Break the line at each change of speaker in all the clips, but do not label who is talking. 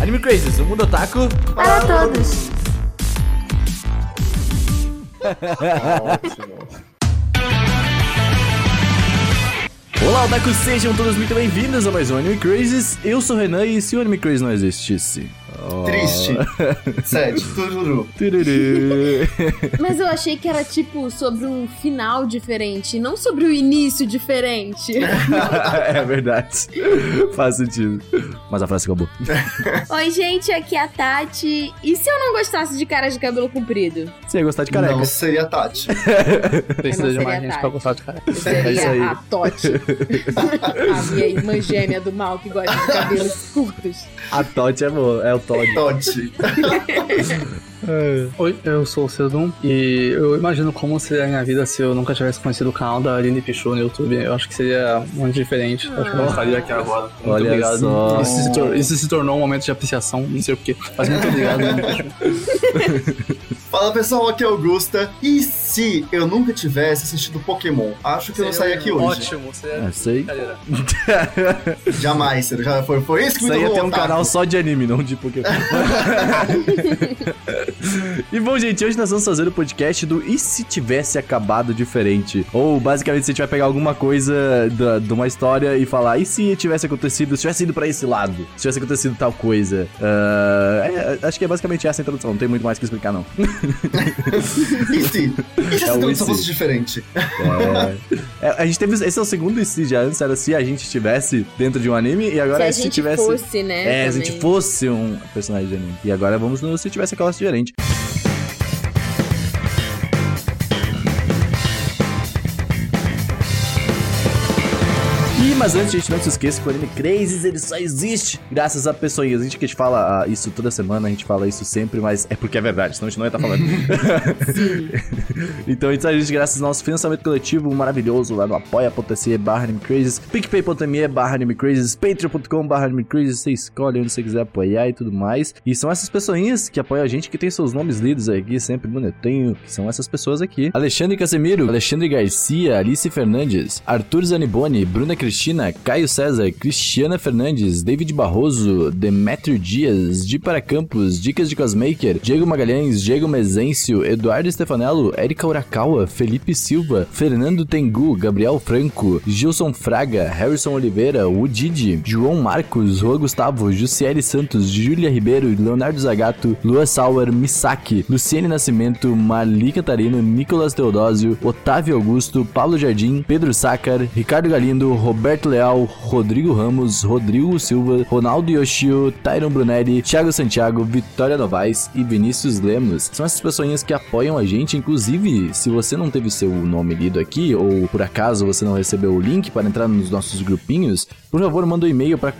Anime Crazes, o mundo otaku.
Para todos.
Ótimo.
Olá, otaku, sejam todos muito bem-vindos a mais um Anime Crazes. Eu sou o Renan e se o Anime Crazes não existisse. Oh.
Triste. Sete, tururu.
Tururu.
Mas eu achei que era tipo sobre um final diferente, não sobre o início diferente.
é verdade. Faz sentido. Mas a frase acabou.
Oi, gente, aqui é a Tati. E se eu não gostasse de caras de cabelo comprido?
Você ia gostar de careca.
Não seria Tati.
Eu
Precisa
não
de mais
seria
gente pra
tarde.
gostar de cara.
Eu seria
isso aí.
a Tote. a minha irmã gêmea do mal que gosta de cabelos curtos.
A Totti é boa, é o Todd.
Totti.
É. Oi, eu sou o Sedum e eu imagino como seria a minha vida se eu nunca tivesse conhecido o canal da Aline Pichu no YouTube. Eu acho que seria muito diferente. Acho que
Ah.
eu não estaria aqui agora. Muito
Olha
obrigado.
só.
Isso, se tor- isso se tornou um momento de apreciação, não sei porquê. Mas muito obrigado, Aline Pichu.
Fala pessoal, aqui é Augusta. E se eu nunca tivesse assistido Pokémon? Acho que eu não saí aqui hoje.
Ótimo, seria.
É, sei.
brincadeira.
Jamais, Ciro. Já foi, foi isso que
Isso
me tá?
aí ia
tornou
ter um
otaku.
canal só de anime, não de Pokémon. e bom, gente, hoje nós vamos fazer o podcast do E se tivesse acabado diferente? Ou basicamente, se a gente vai pegar alguma coisa da- de uma história e falar: e se tivesse acontecido, se tivesse ido pra esse lado? Se tivesse acontecido tal coisa? Ah, é, acho que é basicamente essa a introdução, não tem muito mais o que explicar, não.
E se? E se
É o
essa
e se.
tradução fosse diferente?
É, a gente teve. Esse é o segundo e se já antes era se a gente estivesse dentro de um anime e agora
se
é
a
se
gente
tivesse.
fosse, né?
É, se a
também.
gente fosse um personagem de anime. E agora vamos no se tivesse aquela gerente. Ih, mas antes, gente, não se esqueça que o Anime Crazes, ele só existe graças a pessoinhas. A gente que a gente fala ah, isso toda semana, a gente fala isso sempre, mas é porque é verdade, senão a gente não ia estar falando. Então isso a gente, graças ao nosso financiamento coletivo maravilhoso lá no apoia.se barra animecrazes, picpay.me barra animecrazes, patreon.com barra animecrazes, você escolhe onde você quiser apoiar e tudo mais. E são essas pessoinhas que apoiam a gente, que tem seus nomes lidos aqui, sempre bonitinho, que são essas pessoas aqui. Alexandre Casemiro, Alexandre Garcia, Alice Fernandes, Arthur Zaniboni, Bruna Cristina, Caio César, Cristiana Fernandes, David Barroso, Demetrio Dias, Di Para Campos, Dicas de Cosmaker, Diego Magalhães, Diego Mezencio, Eduardo Stefanello, Erika Urakawa, Felipe Silva, Fernando Tengu, Gabriel Franco, Gilson Fraga, Harrison Oliveira, Udidi, João Marcos, Juan Gustavo, Jussiele Santos, Júlia Ribeiro, Leonardo Zagato, Lua Sauer, Misaki, Luciene Nascimento, Marli Catarino, Nicolas Teodósio, Otávio Augusto, Paulo Jardim, Pedro Sácar, Ricardo Galindo, Roberto Leal, Rodrigo Ramos, Rodrigo Silva, Ronaldo Yoshio, Tyron Brunelli, Thiago Santiago, Vitória Novaes e Vinícius Lemos. São essas pessoinhas que apoiam a gente, inclusive, se você não teve seu nome lido aqui, ou por acaso você não recebeu o link para entrar nos nossos grupinhos, por favor, manda um e-mail para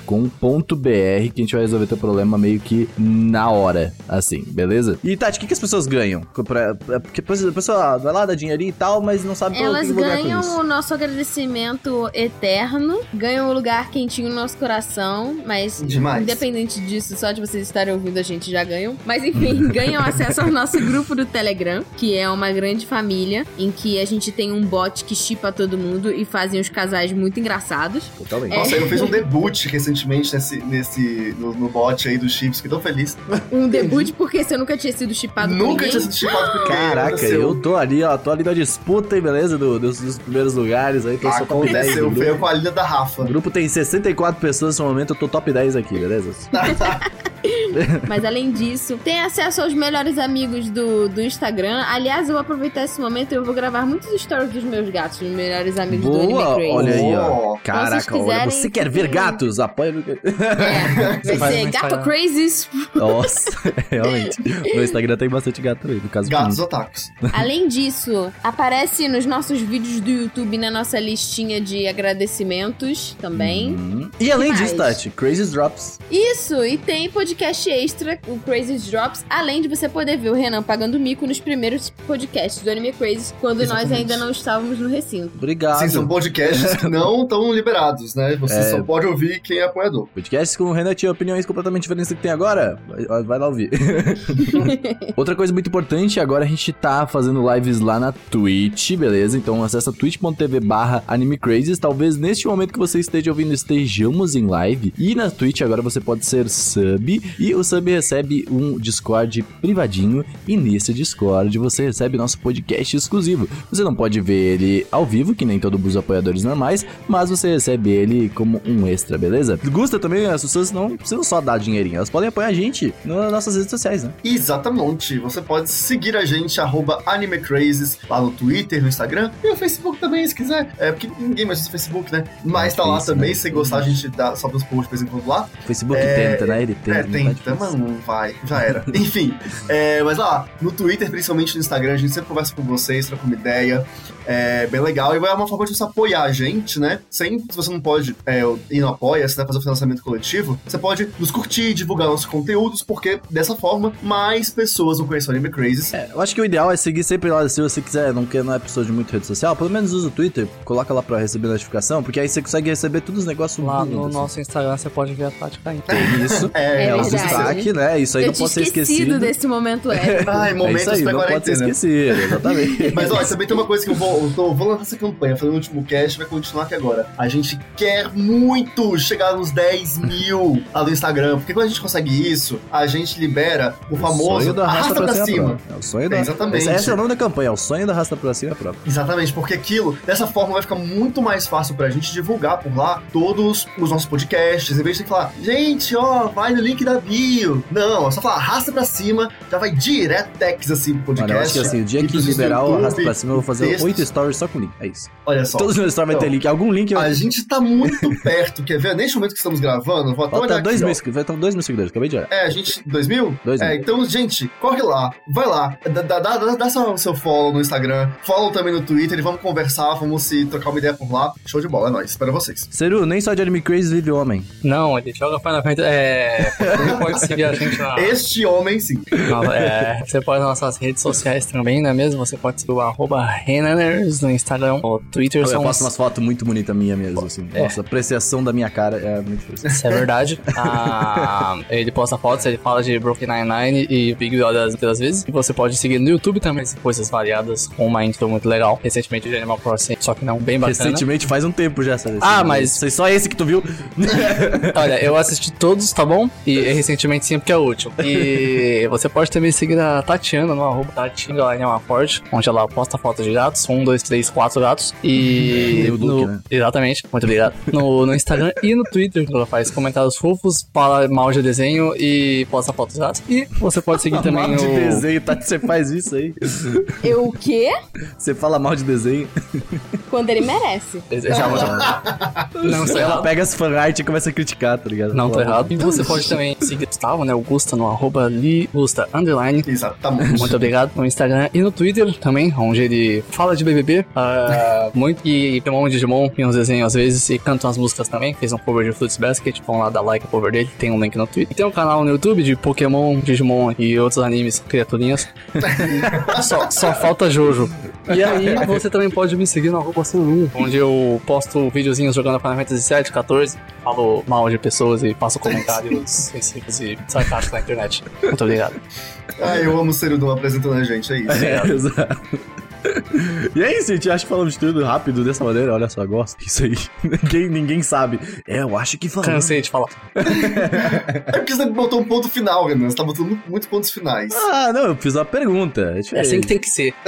contato@animecrazes.com.br que a gente vai resolver teu problema meio que na hora, assim, beleza? E Tati, o que, que as pessoas ganham? Pra- pra- Porque a pessoa- a pessoa vai lá, dá dinheirinho e tal, mas não sabe pra
Elas
que lugar com
ganham
isso.
o nosso agradecimento eterno, ganham o lugar quentinho no nosso coração, mas
Demais.
independente disso, só de vocês estarem ouvindo, a gente já ganham. Mas enfim, ganham acesso ao nosso grupo do Telegram, que é uma grande família, em que a gente tem um bot que chipa todo mundo e fazem os casais muito engraçados.
Totalmente.
Nossa, eu fiz um debut recentemente nesse, nesse, no, no bot aí dos chips, fiquei tão feliz.
Um debut, porque se eu nunca tinha sido chipado por
Nunca
ninguém,
tinha sido chipado por ninguém,
Caraca,
aconteceu.
eu tô ali, ó, tô ali na disputa, hein, beleza, do- dos, dos primeiros lugares aí, tô só top 10 do
Aconteceu,
grupo.
veio com a linha da Rafa.
O grupo tem 64 pessoas nesse momento, eu tô top 10 aqui, beleza?
Mas além disso, tem acesso aos melhores amigos do, do Instagram. Aliás, eu vou aproveitar esse momento e eu vou gravar muitos stories dos meus gatos nos melhores amigos
Boa,
do Anime Crazy.
olha aí, ó.
Oh.
Então, se vocês
Caraca, olha,
quiserem,
você quer ver
fiquem-
gatos? Apoia no...
É, vai
Você faz
ser
no
Gato
Instagram.
Crazies.
Nossa, realmente. Meu Instagram tem bastante gato aí, no caso.
Gatos
bonito.
otakus.
Além disso, aparece nos nossos vídeos do YouTube na nossa listinha de agradecimentos também.
Hum. E além
Que
disso,
mais?
Tati, Crazy Drops.
Isso, e tem podcast podcast extra, o Crazy Drops, além de você poder ver o Renan pagando mico nos primeiros podcasts do Anime Crazy, quando nós
Exatamente.
ainda não estávamos no recinto.
Obrigado.
Sim, são podcasts que não estão liberados, né? Você
É.
só pode ouvir quem é apoiador.
Podcasts com o Renan tinha opiniões completamente diferentes do que tem agora. Vai, vai lá ouvir. Outra coisa muito importante, agora a gente tá fazendo lives lá na Twitch, beleza? Então acessa twitch.tv barra animecrazes. Talvez neste momento que você esteja ouvindo, estejamos em live. E na Twitch agora você pode ser sub. E o sub recebe um Discord privadinho. E nesse Discord você recebe nosso podcast exclusivo. Você não pode ver ele ao vivo, que nem todos os apoiadores normais, mas você recebe ele como um extra, beleza? Gusta também, as pessoas não precisam só dar dinheirinho, elas podem apoiar a gente nas nossas redes sociais, né?
Exatamente. Você pode seguir a gente, arroba AnimeCrazes, lá no Twitter, no Instagram e no Facebook também, se quiser. É porque ninguém mais usa o Facebook, né? Mas tá lá
Face,
também,
né?
se gostar, a gente dá, sobe os posts de vez em quando lá.
O Facebook
É,
tenta, né? Ele tenta.
É,
não
tem,
tá difícil.
mas não vai, já era. Enfim, é, mas lá, no Twitter, principalmente no Instagram, a gente sempre conversa com vocês, troca uma ideia, é bem legal, e é uma forma de você apoiar a gente, né? Sem, se você não pode é, ir no Apoia, se dá fazer o financiamento coletivo, você pode nos curtir, divulgar nossos conteúdos, porque dessa forma, mais pessoas vão conhecer o Anime Crazes.
É, eu acho que o ideal é seguir sempre lá. Se você quiser, não quer, não é pessoa de muito rede social, pelo menos usa o Twitter, coloca lá pra receber notificação, porque aí você consegue receber todos os negócios
Lá
do
no
mundo, assim.
nosso Instagram você pode ver a Tati caindo.
Tem isso.
É
o
verdade.
destaque, né? Isso aí
Eu
não
tinha
pode ser
esquecido
esquecido.
desse momento épico.
É
Ai,
isso
momentos
aí,
da
não pode ser
quarentena.
esquecido, exatamente.
Mas olha, também tem uma coisa que eu vou, eu tô- vou lançar essa campanha, falei no último cast, vai continuar aqui agora. A gente quer muito chegar nos 10 mil lá no Instagram, porque quando a gente consegue isso, a gente libera o famoso
sonho da
arrasta pra,
ser a
cima.
prova. É o sonho
É,
da.
exatamente.
Esse, esse é o nome da campanha, é o sonho da arrasta pra cima é a prova.
Exatamente, porque aquilo, dessa forma, vai ficar muito mais fácil pra gente divulgar por lá todos os nossos podcasts. Em vez de falar, gente, ó, vai no link da bio. Não, é só falar, arrasta pra cima, já vai direto Tex assim pro podcast.
Mano, eu acho que assim, o dia
e
que
pros
liberar o
YouTube,
arrasta pra cima, eu vou fazer
textos.
oito stories só com link. É isso.
Olha só.
Todos os meus stories vai ter
Então,
link. Algum link eu.
A gente tá muito perto, quer ver? Neste momento que estamos gravando, eu vou até
Falta
olhar
dois,
aqui, ó.
mil, inscri- faltam dois mil seguidores, acabei de olhar.
É, a gente. 2000?
Dois
É,
mil.
então, gente, corre lá, vai lá, dá, dá, dá, dá, dá seu, seu follow no Instagram, follow também no Twitter e vamos conversar, vamos se trocar uma ideia por lá. Show de bola, é nóis, espero vocês.
Seru, nem só de anime crazy vive o homem.
Não, ele joga Final Fantasy. É. Você pode seguir a gente na.
Este homem, sim.
na- é, você pode nas nossas redes sociais também, não é mesmo? Você pode seguir o arroba Renaners no Instagram, no Twitter.
Eu,
são
faço umas fotos muito bonitas minha mesmo, assim.
É.
Nossa, a apreciação da minha cara é muito forte.
Isso é verdade. Ah, ele posta fotos, ele fala de Broken Nine-Nine e Big Brother muitas vezes. E você pode seguir no YouTube também essas coisas variadas, com uma intro muito legal. Recentemente de Animal Crossing, só que não bem bacana.
Recentemente, faz um tempo já, sabe?
Ah,
Assim,
mas-
Sei só esse que tu viu.
Olha, eu assisti todos, tá bom? E recentemente sim, porque é útil. E você pode também seguir a Tatiana no arroba Tatiana lá em Amaporte, onde ela posta fotos de gatos. Um, dois, três, quatro gatos. E.
E o
no-
Duque, né?
Exatamente, muito obrigado. No, no Instagram e no Twitter, ela faz comentários fofos, fala mal de desenho e posta fotos de gatos. E você pode seguir também
mal de
o.
desenho, tá? Você faz isso aí.
Eu o quê?
Você fala mal de desenho.
Quando ele merece.
Exatamente. Não, sei
Ela
lá.
pega as fanart e começa a criticar, tá ligado?
Não, tô
Fala,
errado. E você pode também seguir o Gustavo, né? O Gusta no arroba Li Gusta Underline.
Exatamente.
Muito obrigado no Instagram e no Twitter também, onde ele fala de BBB ah, muito e Pokémon Digimon em uns desenhos às vezes e canta umas músicas também. Fez um cover de Fruits Basket, vão lá dar like no cover dele, tem um link no Twitter. Tem um canal no YouTube de Pokémon, Digimon e outros animes, criaturinhas. só, só falta Jojo. E aí você também pode me seguir no arroba Sunru, onde eu posto videozinhos jogando Final Fantasy VII, 14, falo mal de pessoas e faço comentários sensíveis e sarcásticos na internet. Muito obrigado.
Ah, eu amo o Serudum apresentando a gente, é isso.
É, exato. E é isso, gente. Acho que falamos de tudo rápido dessa maneira. Olha só, gosto. Isso aí. Ninguém, ninguém sabe. É, eu acho que falamos.
Cansei de falar.
É porque você botou um ponto final, Renan. Você tá botando muitos pontos finais.
Ah, não, eu fiz uma pergunta. É
É
diferente.
assim que tem que ser.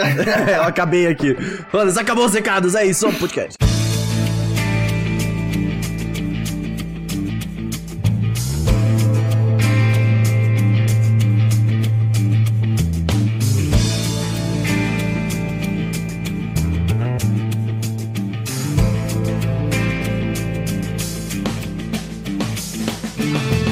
eu acabei aqui. Mano, acabou os recados. É isso, é um podcast.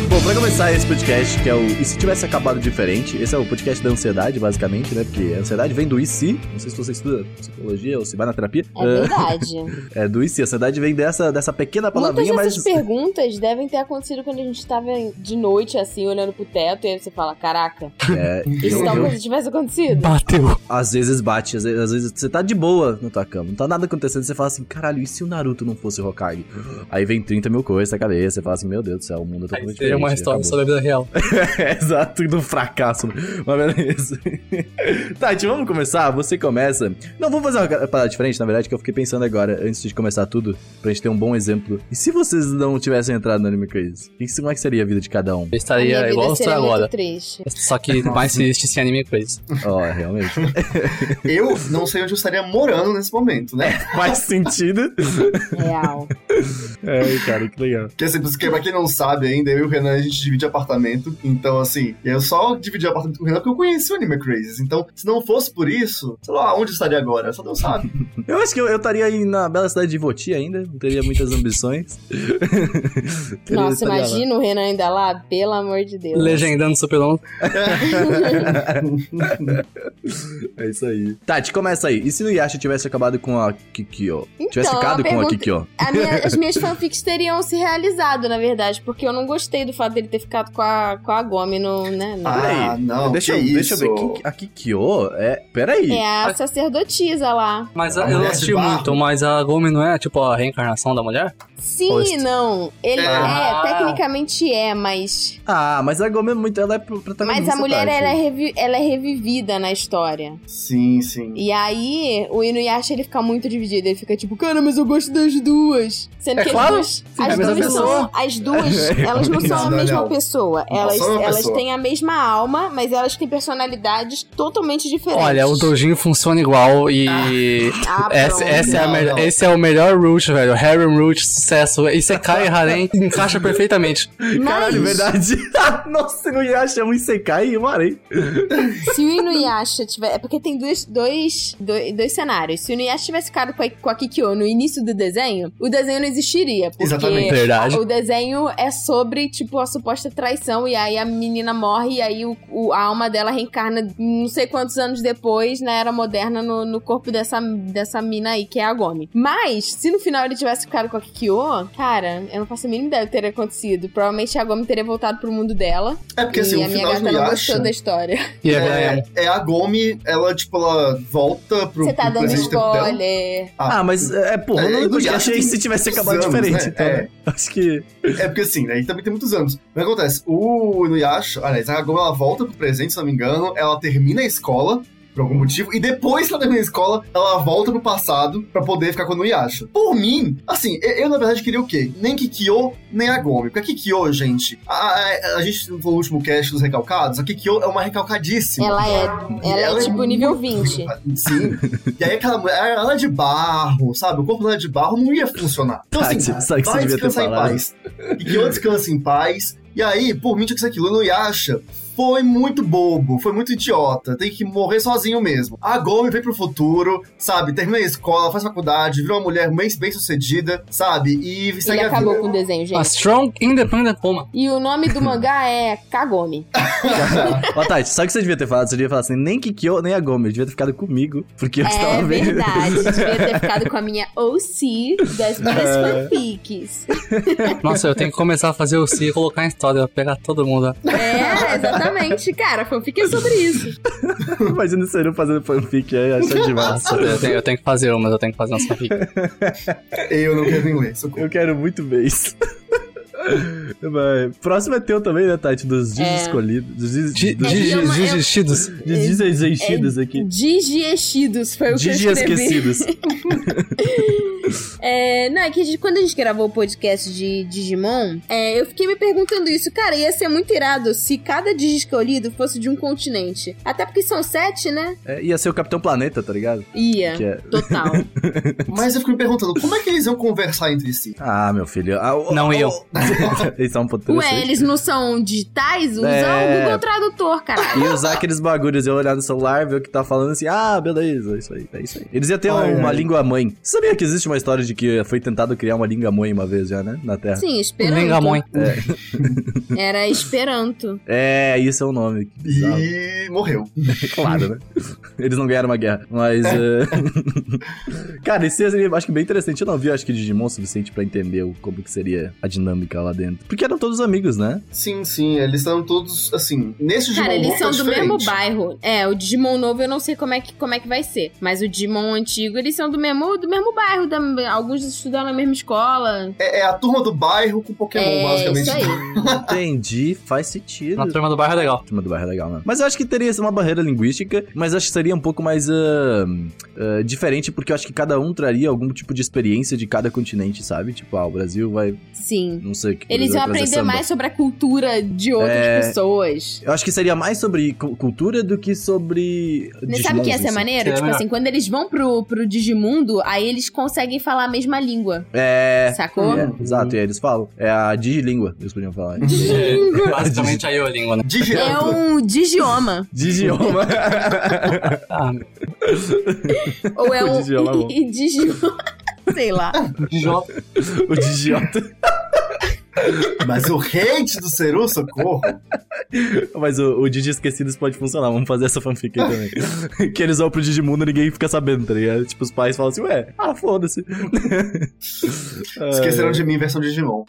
Bom, pra começar começar esse podcast, que é o E se tivesse acabado diferente? Esse é o podcast da ansiedade, basicamente, né? Porque a ansiedade vem do e se. Não sei se você estuda psicologia ou se vai na terapia.
É verdade.
Ah, é do e se. A ansiedade vem dessa, dessa pequena
Muitas
palavrinha,
dessas
mas.
perguntas devem ter acontecido quando a gente tava de noite, assim, olhando pro teto, e aí você fala, caraca,
É,
isso
eu- eu-
talvez tivesse acontecido.
Bateu.
Às vezes bate, às vezes, às vezes você tá de boa na tua cama, não tá nada acontecendo, você fala assim, caralho, e se o Naruto não fosse o Hokage? Aí vem 30 mil coisas na cabeça, você fala assim, meu Deus do céu, o mundo é
Aí
totalmente
seria uma
tá
né? história
acabou.
sobre a vida real.
Exato, do fracasso. Mas beleza. Tati, vamos começar? Você começa. Não, vamos fazer uma parada diferente, na verdade, que eu fiquei pensando agora, antes de começar tudo, pra gente ter um bom exemplo. E se vocês não tivessem entrado no Anime Crazy? O que- Como é que seria a vida de cada um?
Eu
A minha
estaria
vida
igual eu estou
seria
agora.
muito triste.
Só que mais triste sem anime coisa.
Ó, realmente.
Eu não sei onde eu estaria morando nesse momento, né?
Faz sentido.
Real.
Ai, É, cara, que legal.
Porque assim, porque pra quem não sabe ainda, eu e o Renan, a gente divide apartamento. Então, assim, eu só dividi apartamento com o Renan porque eu conheci o Anime Crazes. Então, se não fosse por isso, sei lá, onde eu estaria agora? Só Deus sabe.
Eu acho que eu, eu estaria aí na bela cidade de Voti ainda, não teria muitas ambições. Teria-
Nossa,
estaria lá.
imagina o Renan ainda lá, pelo amor de Deus.
Legendando Super Long.
É isso aí. Tati, começa aí. E se no Yasha tivesse acabado com a Kikyo? tivesse
Então,
ficado
a
com a
pergunta-
Kikyo?
A minha- as minhas fanfics teriam se realizado, na verdade, porque eu não gostei do fato dele ter ficado com a, com a Gomi no. Né, no-
Ah,
Peraí,
não.
deixa, eu,
que
deixa eu ver.
isso?
Kik- A Kikyo é. Peraí.
É a sacerdotisa lá.
Mas
A
a- eu não
mulher de
assisti
barro.
muito, mas a Gomi não é tipo a reencarnação da mulher?
Sim
Post.
não. Ele
Ah.
é, tecnicamente é, mas.
Ah, mas a Gomi é muito. Ela é pro- protagonista.
Mas a mulher
Tati.
ela é, revi- ela é revivida na história.
Sim, sim.
E aí, o Inuyasha ele fica muito dividido. Ele fica tipo, cara, mas eu gosto das duas. Sendo
É
que
claro,
as duas.
é a
as,
mesma
duas
pessoa.
são, as duas, elas não são
Não,
a
não,
mesma
É não.
pessoa.
Não
Elas,
são uma
elas
pessoa.
têm a mesma alma, mas elas têm personalidades totalmente diferentes.
Olha, o Dojin funciona igual e.
Ah,
Essa,
pronto.
essa é a
Não,
melhor-
não.
Esse é o melhor root, velho. Harem root, sucesso. Isso é Kai Harem, encaixa perfeitamente.
Mas,
é
Caralho, verdade. Nossa, no Yasha é um Isekai e um Arei.
se o Inuyasha tiver. É porque tem dois, dois, dois, dois cenários. Se o Inuyasha tivesse ficado com a, com a Kikyo no início do desenho, o desenho não existiria. Porque
Exatamente.
Verdade.
O desenho é sobre, tipo, a suposta traição. E aí a menina morre, e aí o, o- a alma dela reencarna não sei quantos anos depois, na era moderna, no, no corpo dessa, dessa mina aí, que é a Gomi. Mas, se no final ele tivesse ficado com a Kikyo, cara, eu não faço a mínima ideia do que teria acontecido. Provavelmente a Gomi teria voltado pro mundo dela.
É porque
e
assim,
a
o
minha
final
gata
do
não gostou
Yasha
da história.
E é,
é,
é,
é a Gomi, ela, tipo, ela volta pro,
Você tá
pro
dando
presente tempo dela.
spoiler.
Ah, mas é, porra,
É,
no
no
podcast
Yasha
aí
tem
se tivesse acabado
anos,
diferente.
né?
Então,
É.
acho que.
É porque assim, né? Ele também tem muitos anos. O que acontece? O Inuyasha, aliás, a Kagome, ela volta pro presente, se não me engano, ela termina a escola. Por algum motivo, e depois que ela termina a escola, ela volta pro passado pra poder ficar com o Inuyasha. Por mim, assim, eu, eu, na verdade queria o quê? Nem Kikyo, nem a Gomi. Porque a Kikyo, gente, a, a- a gente no último cast dos recalcados, a Kikyo é uma recalcadíssima.
Ela é, ela é,
Ela é
tipo nível 20.
Sim. e aí aquela mulher, ela é de barro, sabe? O corpo dela é de barro, não ia funcionar. Então assim,
Tati, sabe Ah, tipo, que você
vai
devia ter
descansar em
falado.
paz. E que eu descanse em paz. E aí, por mim, tinha que ser aquilo. O Yasha foi muito bobo, foi muito idiota. Tem que morrer sozinho mesmo. A Gomi vem pro futuro, sabe? Termina a escola, faz faculdade, vira uma mulher bem, bem sucedida, sabe? E
Ele
segue a
acabou
vida.
com o desenho, gente.
A Strong Independent Woman.
E o nome do mangá é Kagome.
Ó, Tati, sabe o que você devia ter falado? Você devia falar assim, nem Kikyo, nem a Gomi. Devia ter ficado comigo, porque eu
É
estava vendo.
verdade. Devia ter ficado com a minha OC das minhas
É.
fanfics.
Nossa, eu tenho que começar a fazer o C e colocar em história, pegar todo mundo.
É, exatamente. Cara, fanfic é sobre isso.
Imagina o Seru fazendo fanfic é, aí, achando demais.
Nossa, eu tenho, eu tenho que fazer umas, eu tenho que fazer umas aqui.
Eu não quero nem ler, socorro.
Eu quero muito ver isso. Vai. Próximo é teu também, né, Tati? Dos
É.
desescolhidos. Dos des-
Gi-
dos-
gi-
É uma-
gi- Desistidos.
dos
É,
desexentidos aqui.
Digiexidos foi o que eu
Digi
escrevi.
esquecidos.
É, não, é que a gente- quando a gente gravou o podcast de Digimon, é, eu fiquei me perguntando isso. Cara, ia ser muito irado se cada Digiscolhido fosse de um continente. Até porque são sete, né?
É, ia ser o Capitão Planeta, tá ligado?
Ia.
Que é...
Total.
Mas eu fico me perguntando, como é que eles iam conversar entre si?
Ah, meu filho. Ah, o-
Não
o-
eu.
Eles são um pouco
Ué,
interessantes.
eles não são digitais? Usam
É.
o Google Tradutor, cara.
E usar aqueles bagulhos, eu olhar no celular, ver o que tá falando assim, ah, beleza, é isso aí, é isso aí. Eles iam ter
Ai,
uma
ai.
língua mãe. Você sabia que existe uma história de de que foi tentado criar uma língua mãe uma vez já, né? Na Terra.
Sim,
Lingamon.
Esperanto. Era Esperanto.
É, isso é o nome. Que bizarro.
E morreu.
Claro, né? Eles não ganharam uma guerra, mas...
É.
eh, Cara, isso seria, acho que bem interessante. Eu não vi, acho que Digimon o suficiente pra entender o- como que seria a dinâmica lá dentro. Porque eram todos amigos, né?
Sim, sim, é, eles estão todos, assim, nesse Digimon
Cara, eles
novo
são
é
do
diferente.
mesmo bairro. É, o Digimon novo eu não sei como é que, como é que vai ser. Mas o Digimon antigo, eles são do mesmo, do mesmo bairro. da- alguns estudaram na mesma escola.
É, é a turma do bairro com Pokémon,
é,
basicamente.
isso aí.
Entendi, faz sentido.
Na turma do bairro é legal.
Turma do bairro é legal, né? Mas eu acho que teria uma barreira linguística, mas acho que seria um pouco mais ah, ah, diferente, porque eu acho que cada um traria algum tipo de experiência de cada continente, sabe? Tipo, ah, o Brasil vai,
Sim.
não sei o que. o
Eles
Brasil
iam
vai trazer
aprender
é samba.
mais sobre a cultura de outras
É.
pessoas.
Eu acho que seria mais sobre cu- cultura do que sobre.
Mas sabe o que ia
Digimons,
ser
assim.
maneiro?
É
tipo
melhor.
assim, quando eles vão pro, pro Digimundo, aí eles conseguem falar a mesma língua,
É.
sacou?
é, exato, e aí eles falam. É a digilíngua, eles podiam falar.
É, Basicamente aí eu língua, né?
É
Digirando.
um digioma.
Digioma.
Ah,
Ou é
O
um
digioma é bom.
digioma. Sei lá.
Dijó.
o digiota.
Mas o hate do Ceru, socorro.
É.
Mas o, o Digi Esquecidos pode funcionar. Vamos fazer essa fanfic aí também. que eles vão pro Digimundo e ninguém fica sabendo, tá ligado? Tipo, os pais falam assim, ué, ah, foda-se.
Esqueceram de mim, versão Digimon.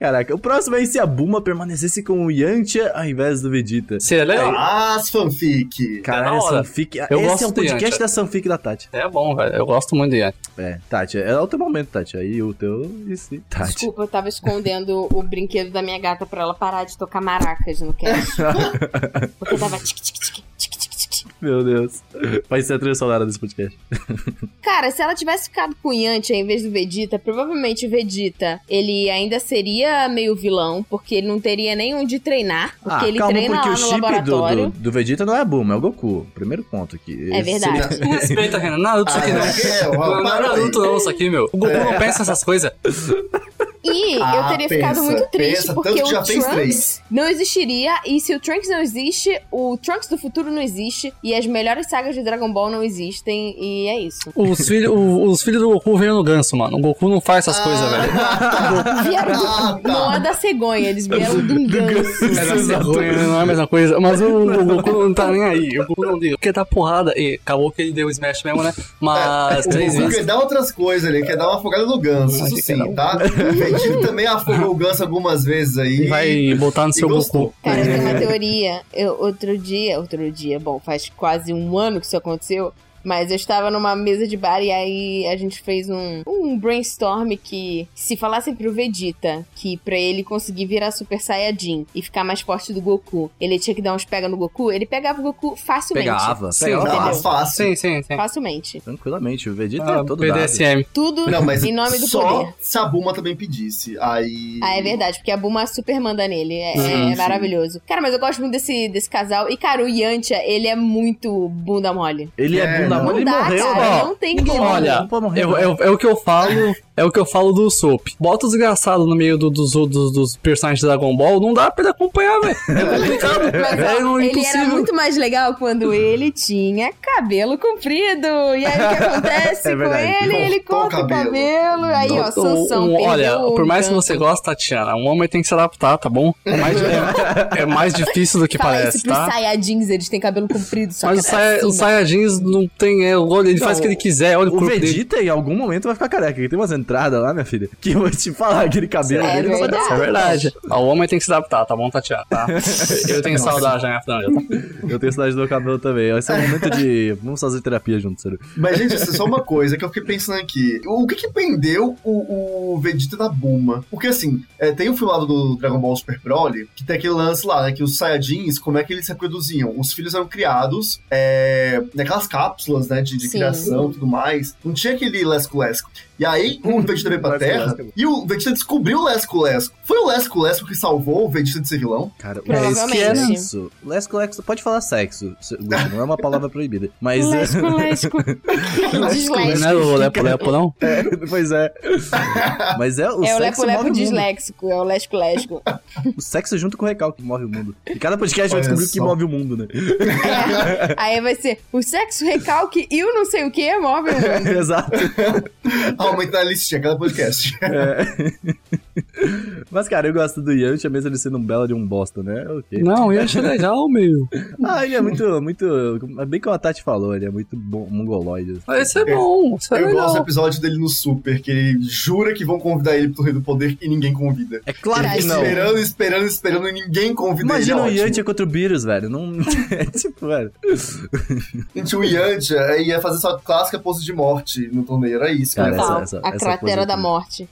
Caraca, o próximo é se a Buma permanecesse com o Yantia ao invés do Vegeta.
Seria é legal.
As fanfic.
É
Caralho,
Da
essa
hora.
fanfic.
Eu
esse
gosto
é o
do
podcast
Yantia.
da fanfic da Tati.
É bom, velho. Eu gosto muito de Yantia.
É, Tati, é o teu momento, Tati. Aí o teu e se. Tati.
Desculpa, eu tava escondendo o brinquedo da minha gata pra ela parar de tocar maracas no cast. Porque tava tic tic tic tic tic tic.
Meu Deus. Vai ser a trilha sonora desse podcast.
Cara, se ela tivesse ficado com o Yantia em vez do Vegeta, provavelmente o Vegeta, ele ainda seria meio vilão, porque ele não teria nem onde treinar, porque ele
Ah, calma,
treina
porque
lá
o
no
chip do,
laboratório.
do, do Vegeta não é a Bulma, é o Goku. Primeiro ponto aqui.
É
Esse-
verdade.
Respeita, Renan. Naruto, isso aqui não.
É, ó,
Não, não é
para aí.
Naruto não, isso aqui, meu. O Goku não pensa essas coisas.
E
Ah,
eu teria ficado
pensa,
muito triste
pensa,
porque
tanto
o
que já fez
Trunks
três.
não existiria. E se o Trunks não existe, o Trunks do futuro não existe. E as melhores sagas de Dragon Ball não existem. E é isso.
Os filhos os filhos do Goku viram no ganso, mano. O Goku não faz essas coisas, velho.
Vieram do-
Ah, tá.
Não é da cegonha, eles vieram do ganso.
Era vergonha, não é a mesma coisa. Mas o, o Goku não tá nem aí. O Goku não liga. Quer dar porrada. E acabou que ele deu o smash mesmo, né? Mas
O
três
Goku
vezes.
quer dar outras coisas, ele quer dar uma afogada no ganso, isso sim, tá? O Vegeta também afogou o ganso algumas vezes aí.
E vai botar no seu
gostou.
Goku.
Cara, eu tenho uma teoria. Eu, outro dia, outro dia, bom, faz quase um ano que isso aconteceu. Mas eu estava numa mesa de bar e aí a gente fez um, um brainstorm que se falassem pro Vegeta que pra ele conseguir virar Super Saiyajin e ficar mais forte do Goku, ele tinha que dar uns pega no Goku, ele pegava o Goku facilmente.
Pegava,
Sim,
pegava.
Não,
fácil,
entendeu?
Tá fácil.
Sim, sim, sim.
Facilmente.
Tranquilamente, o Vegeta é
Ah,
todo dado.
PDSM.
Tudo
Não, mas
em nome do
só
poder.
se a Bulma também pedisse, aí...
Ah, é verdade, porque a Buma super manda nele. É, é
Sim, sim.
maravilhoso. Cara, mas eu gosto muito desse, desse casal. E, cara, o Yantia, ele é muito bunda mole.
Ele é
É,
bunda
não.
mole,
Não
ele né?
dá,
morreu,
cara,
ó.
não tem
Ninguém
como.
morre,
Olha,
não pode morrer,
É, o-
não.
é, o- é o que eu falo, é o que eu falo do Soap. Bota os desgraçado no meio do- dos, dos, dos personagens da Dragon Ball, não dá pra ele acompanhar, velho. É complicado.
Mas,
é
ó,
não-
ele
impossível.
era muito mais legal quando ele tinha cabelo comprido. E aí o que acontece
É
com
verdade.
ele? Ele
Cortou o
corta o cabelo.
cabelo.
Aí, ó,
Então, um-
Sansão perdeu um
olha,
o
por mais que
encanto.
você goste, Tatiana, um homem tem que se adaptar, tá bom? É mais, é- é mais difícil do que
Fala
parece,
isso pros
tá?
Saiyajins, eles têm cabelo comprido, só
Mas o,
que é tá
saia, o Saiyajins não tem. É, olha, ele faz o que ele quiser, olha o,
O
corpo dele.
Vegeta, em algum momento, vai ficar careca. que Tem umas entradas lá, minha filha, que eu vou te falar, aquele cabelo
É
dele não vai dar
É
certo.
verdade. Ó, O homem tem que se adaptar, tá bom, Tatiana? Tá? Eu tenho saudade da minha franja, tá?
Eu tenho saudade do meu cabelo também. Esse é o momento de... Vamos fazer terapia junto, sério.
Mas, gente, isso é só uma coisa que eu fiquei pensando aqui. O que que prendeu o, o Vegeta da Bulma? Porque, assim, é, tem o filme lá do Dragon Ball Super Broly, que tem aquele lance lá, né? Que os Saiyajins, como é que eles se reproduziam? Os filhos eram criados é, naquelas cápsulas, né? De, de
Sim.
criação e tudo mais. Não tinha aquele lesco-lesco. E aí, o o Vegeta veio pra
Lesco,
Terra
Lesco.
e o Vegeta descobriu o Lesco Lesco. Foi o Lesco Lesco que salvou o Vegeta de ser vilão?
Cara,
Provavelmente.
sexo. Lesco, lesco, pode falar sexo. se- Guto, Não é uma palavra proibida. Mas. é,
Lesco, lesco. Dislexo.
Não é o Lepo Lepo, não?
É, pois é. Mas é o
É o
sexo.
lepo-lepo
move o, mundo.
disléxico, é o lesco-lesco.
o sexo junto com o recalque move o mundo. E cada podcast vai
Olha
descobrir o que
só.
move o mundo, né?
É, aí vai ser o sexo recalque e o não sei o que move o mundo.
Exato.
Aumenta a listinha, cada podcast.
Mas, cara, eu gosto do Yamcha, mesmo ele sendo um belo de um bosta, né? Ok.
é
Não, eu achei legal, meu.
Ah, ele é muito, muito. é Bem como a Tati falou, ele é muito bom, mongoloide.
Mas isso é bom, isso é
Eu gosto do
legal.
episódio dele no Super, que ele jura que vão convidar ele pro Rei do Poder e ninguém convida.
É claro
Tati.
que não.
Esperando, esperando, esperando e ninguém convida
Imagina o
ele. é ótimo.
Yantia contra o Beerus, velho. Não. É tipo, velho.
Gente, o Yantia é, ia fazer essa clássica pose de morte no torneio, era isso.
Cara,
né? que ele ia
essa-
Tal,
fazer.
essa-
a
essa
cratera
coisa
da
aqui.
morte.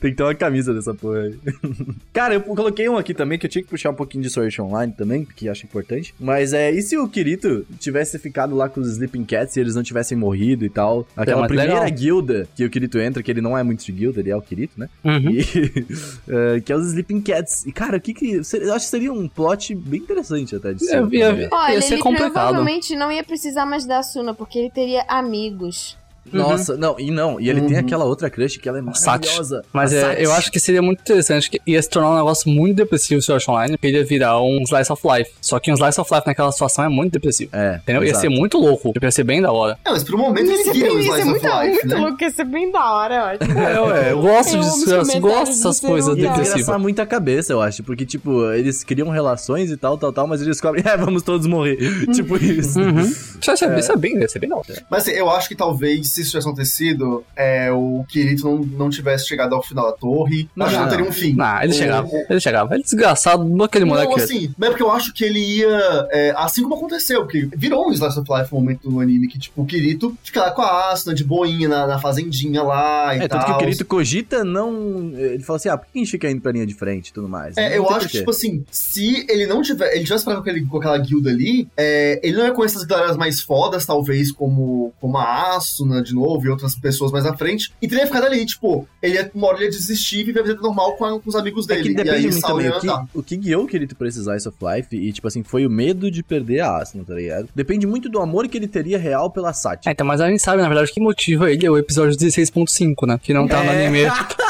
Tem que ter uma camisa dessa porra aí. Cara, eu coloquei um aqui também que eu tinha que puxar um pouquinho de Sword Art Online também, que acho importante. Mas é, e se o Kirito tivesse ficado lá com os Sleeping Cats e eles não tivessem morrido e tal? Aquela
mas
primeira
legal.
guilda que o Kirito entra, que ele não é muito de guilda, ele é o Kirito, né?
Uhum.
E, é, que é os Sleeping Cats. E cara, o que que. Eu acho que seria um plot bem interessante até de ser. né?
Eu vi, eu vi.
Olha,
Ia ser
ele
complicado.
provavelmente não ia precisar mais da Asuna, porque ele teria amigos.
Uhum.
Nossa, não, e não. E ele tem
Uhum.
aquela outra crush que ela é
Sati.
maravilhosa.
Mas
A
é,
Sati.
eu acho que seria muito interessante, que ia se tornar um negócio muito depressivo se eu acho online, porque ia virar um slice of life. Só que um slice of life naquela situação é muito depressivo.
É,
Entendeu?
exato.
Ia ser assim, muito louco, ia ser bem da hora.
É, mas pro momento eles
Isso é
seguiram o Slice
muito,
of Life,
muito
né?
louco, ia ser bem da hora, ó.
É, ué, eu gosto
Eu amo
disso,
os
eu gosto
comentários
dessas
do
coisas
Zeru,
Ia
cara.
depressivas.
engraçar muito a cabeça, eu acho. Porque, tipo, eles criam relações e tal, tal, tal, mas eles descobrem, é, vamos todos morrer. tipo isso.
Uhum. Isso é, isso é bem, isso é bem da hora.
Mas assim, eu acho que talvez, se isso tivesse acontecido, é, o Kirito não, não tivesse chegado ao final da torre.
Não,
acho que
não.
não teria um fim.
Não, ele
O-
chegava, ele chegava. Ele é desgraçado, aquele
Não,
moleque.
assim, mas é porque eu acho que ele ia. é, assim como aconteceu, porque virou um Slice of Life no momento do anime, que, tipo, o Kirito fica lá com a Asuna de boinha na, na fazendinha lá e
É,
tal.
tanto que o Kirito cogita não. Ele fala assim, ah, por que a gente fica indo pra linha de frente e tudo mais?
É,
Não
eu
tem
acho que,
porquê.
tipo assim, se ele não tiver. Ele tivesse parado com, aquele- com aquela guilda ali, é, ele não ia com essas galeras mais fodas, talvez, como, como a Asuna de novo e outras pessoas mais à frente. E teria ficado ali, tipo, ele ia, uma hora ele ia desistir e viver a vida normal com, a- com os amigos
É
dele.
que
e aí tá.
depende muito
Saul
também
ia
o que,
andar.
o que guiou o Kirito pra esses Ice of Life e, tipo assim, foi o medo de perder a Asuna, tá ligado? Depende muito do amor que ele teria real pela Sati.
É, então, mas a gente sabe, na verdade, o que motiva ele é o episódio 16.5, né? Que não tá no
É.
anime.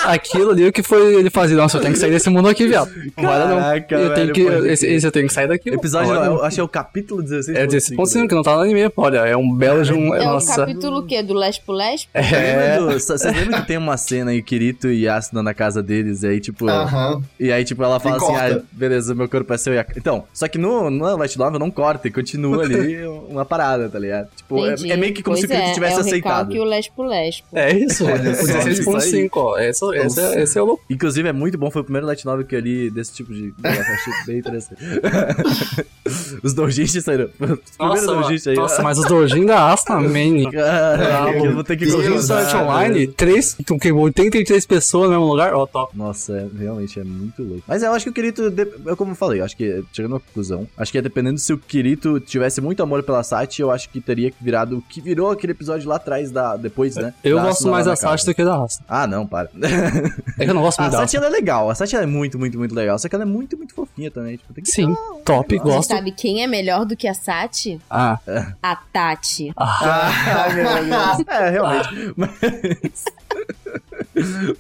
Aquilo ali, o que foi ele fazer? Nossa, eu tenho que sair desse mundo aqui, viado. Não vai dar, não.
Caraca,
eu tenho
velho,
que,
pode
esse,
crer.
esse eu tenho que sair daqui.
Episódio,
Agora
não,
não.
eu acho que é o capítulo 16.
É 16.5, que não tá no anime. Olha, é um belo de um...
É o
nossa.
capítulo o quê? Do Lespo Lespo?
É. Vocês lembram que tem uma cena aí, o Kirito e a Asuna na casa deles, e aí, tipo,
Aham.
E aí, tipo, ela fala
E
assim, ah,
corta.
beleza, meu corpo é seu e a... Então, só que no, no Light Novel não corta e continua ali uma parada, tá ligado? Tipo, é,
Entendi.
é meio que como se o
Pois
Kirito
é,
tivesse
é o
aceitado.
recalque e o Lespo Lespo.
É isso,
Olha
olha. O
só,
16.5, ó. Esse, esse, é- esse é o louco.
Inclusive, é muito bom, foi o primeiro Light Novel que eu li desse tipo de... Eu achei bem interessante. Os doujinshi saíram... Os primeiros doujinshi aí...
nossa, mas os doujin da Asta, man.
Caraca, eu vou ter que
Deus,
cortar,
Doujin do Sword Art
velho.
Online, três, então, que 83 pessoas no mesmo lugar, ó, top.
Nossa, é- realmente é muito louco. Mas eu acho que o Kirito, de- eu como eu falei, eu acho que, chegando à conclusão, acho que é dependendo se o Kirito tivesse muito amor pela Sati, eu acho que teria virado o que virou aquele episódio lá atrás, da depois, né?
Eu
Da
gosto
Asuna
mais
lá na
da
casa.
Sasha do que da Asta.
Ah, não, para.
É que eu não gosto
A
muito da Asta.
Sati, ela é legal. A Sati, ela é muito, muito, muito legal. Só que ela é muito, muito fofinha também. Tipo, tem que...
Sim, top,
Você
gosto.
sabe quem é melhor do que a Sati?
Ah,
A Tati.
Ah, meu Deus. É, realmente. Mas...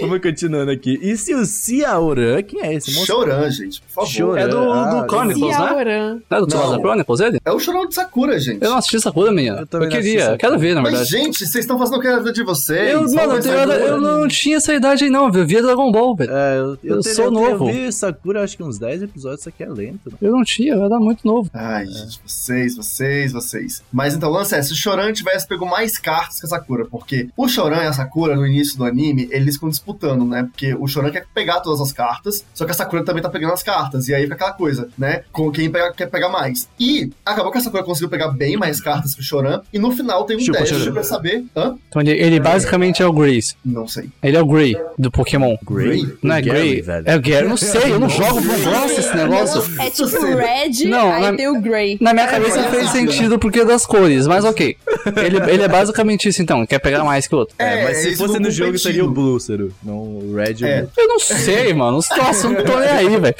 Vamos continuando aqui. E se o Ciaoran, quem é esse monstro?
Chorão, gente, por favor.
Chorão.
é do,
Ah,
do Chronicles, né?
Ciaoran.
Não é do Tsunoda
Não.
Chronicles ele?
É o chorão de Sakura, gente.
Eu não assisti essa porra, menina.
Eu
Eu,
também não assisti
queria,
Sakura.
eu quero ver, na
Mas,
verdade.
gente, vocês estão fazendo o que é a vida de vocês.
eu,
um
Só
mano, eu,
vai
tenho-
sair
eu,
do-
não tinha essa idade aí, não. Eu via Dragon Ball, velho.
É, eu, eu,
Eu
teria-
sou
eu teria-
novo.
Eu vi Sakura, acho que uns 10 episódios, isso aqui é lento.
Eu não tinha, eu era muito novo.
Ai, gente, vocês, vocês, vocês. Mas então, o lance é, se o Choran tivesse pegou mais cartas que a Sakura, porque o Choran e a Sakura, no início do anime, eles eles ficam disputando, né? Porque o Shoran quer pegar todas as cartas, só que a Sakura também tá pegando as cartas. E aí fica aquela coisa, né? Com quem pega- quer pegar mais. E acabou que a Sakura conseguiu pegar bem mais cartas que o Shoran. E no final tem um
Chupa,
teste
Shoran.
pra saber. Hã?
Então ele, ele basicamente é o Grease.
Não sei.
Ele é o Grey do Pokémon.
Grey?
Não é
Gary,
Grey?
velho.
É o Gary. Eu não sei, eu não jogo, eu não gosto desse negócio.
É tipo
Sério?
red,
Não,
aí
na-
tem o grey.
Na
É,
minha cabeça
mas-
fez sentido porque é das cores, mas ok. Ele, ele é basicamente isso então, quer pegar mais que o outro.
É, mas
é
se
isso
fosse
no
no jogo,
competitivo.
seria o Blue, Ciro. Não o Red e o
É.
Blue.
Eu não sei, mano. Nossa, eu não tô nem aí, velho.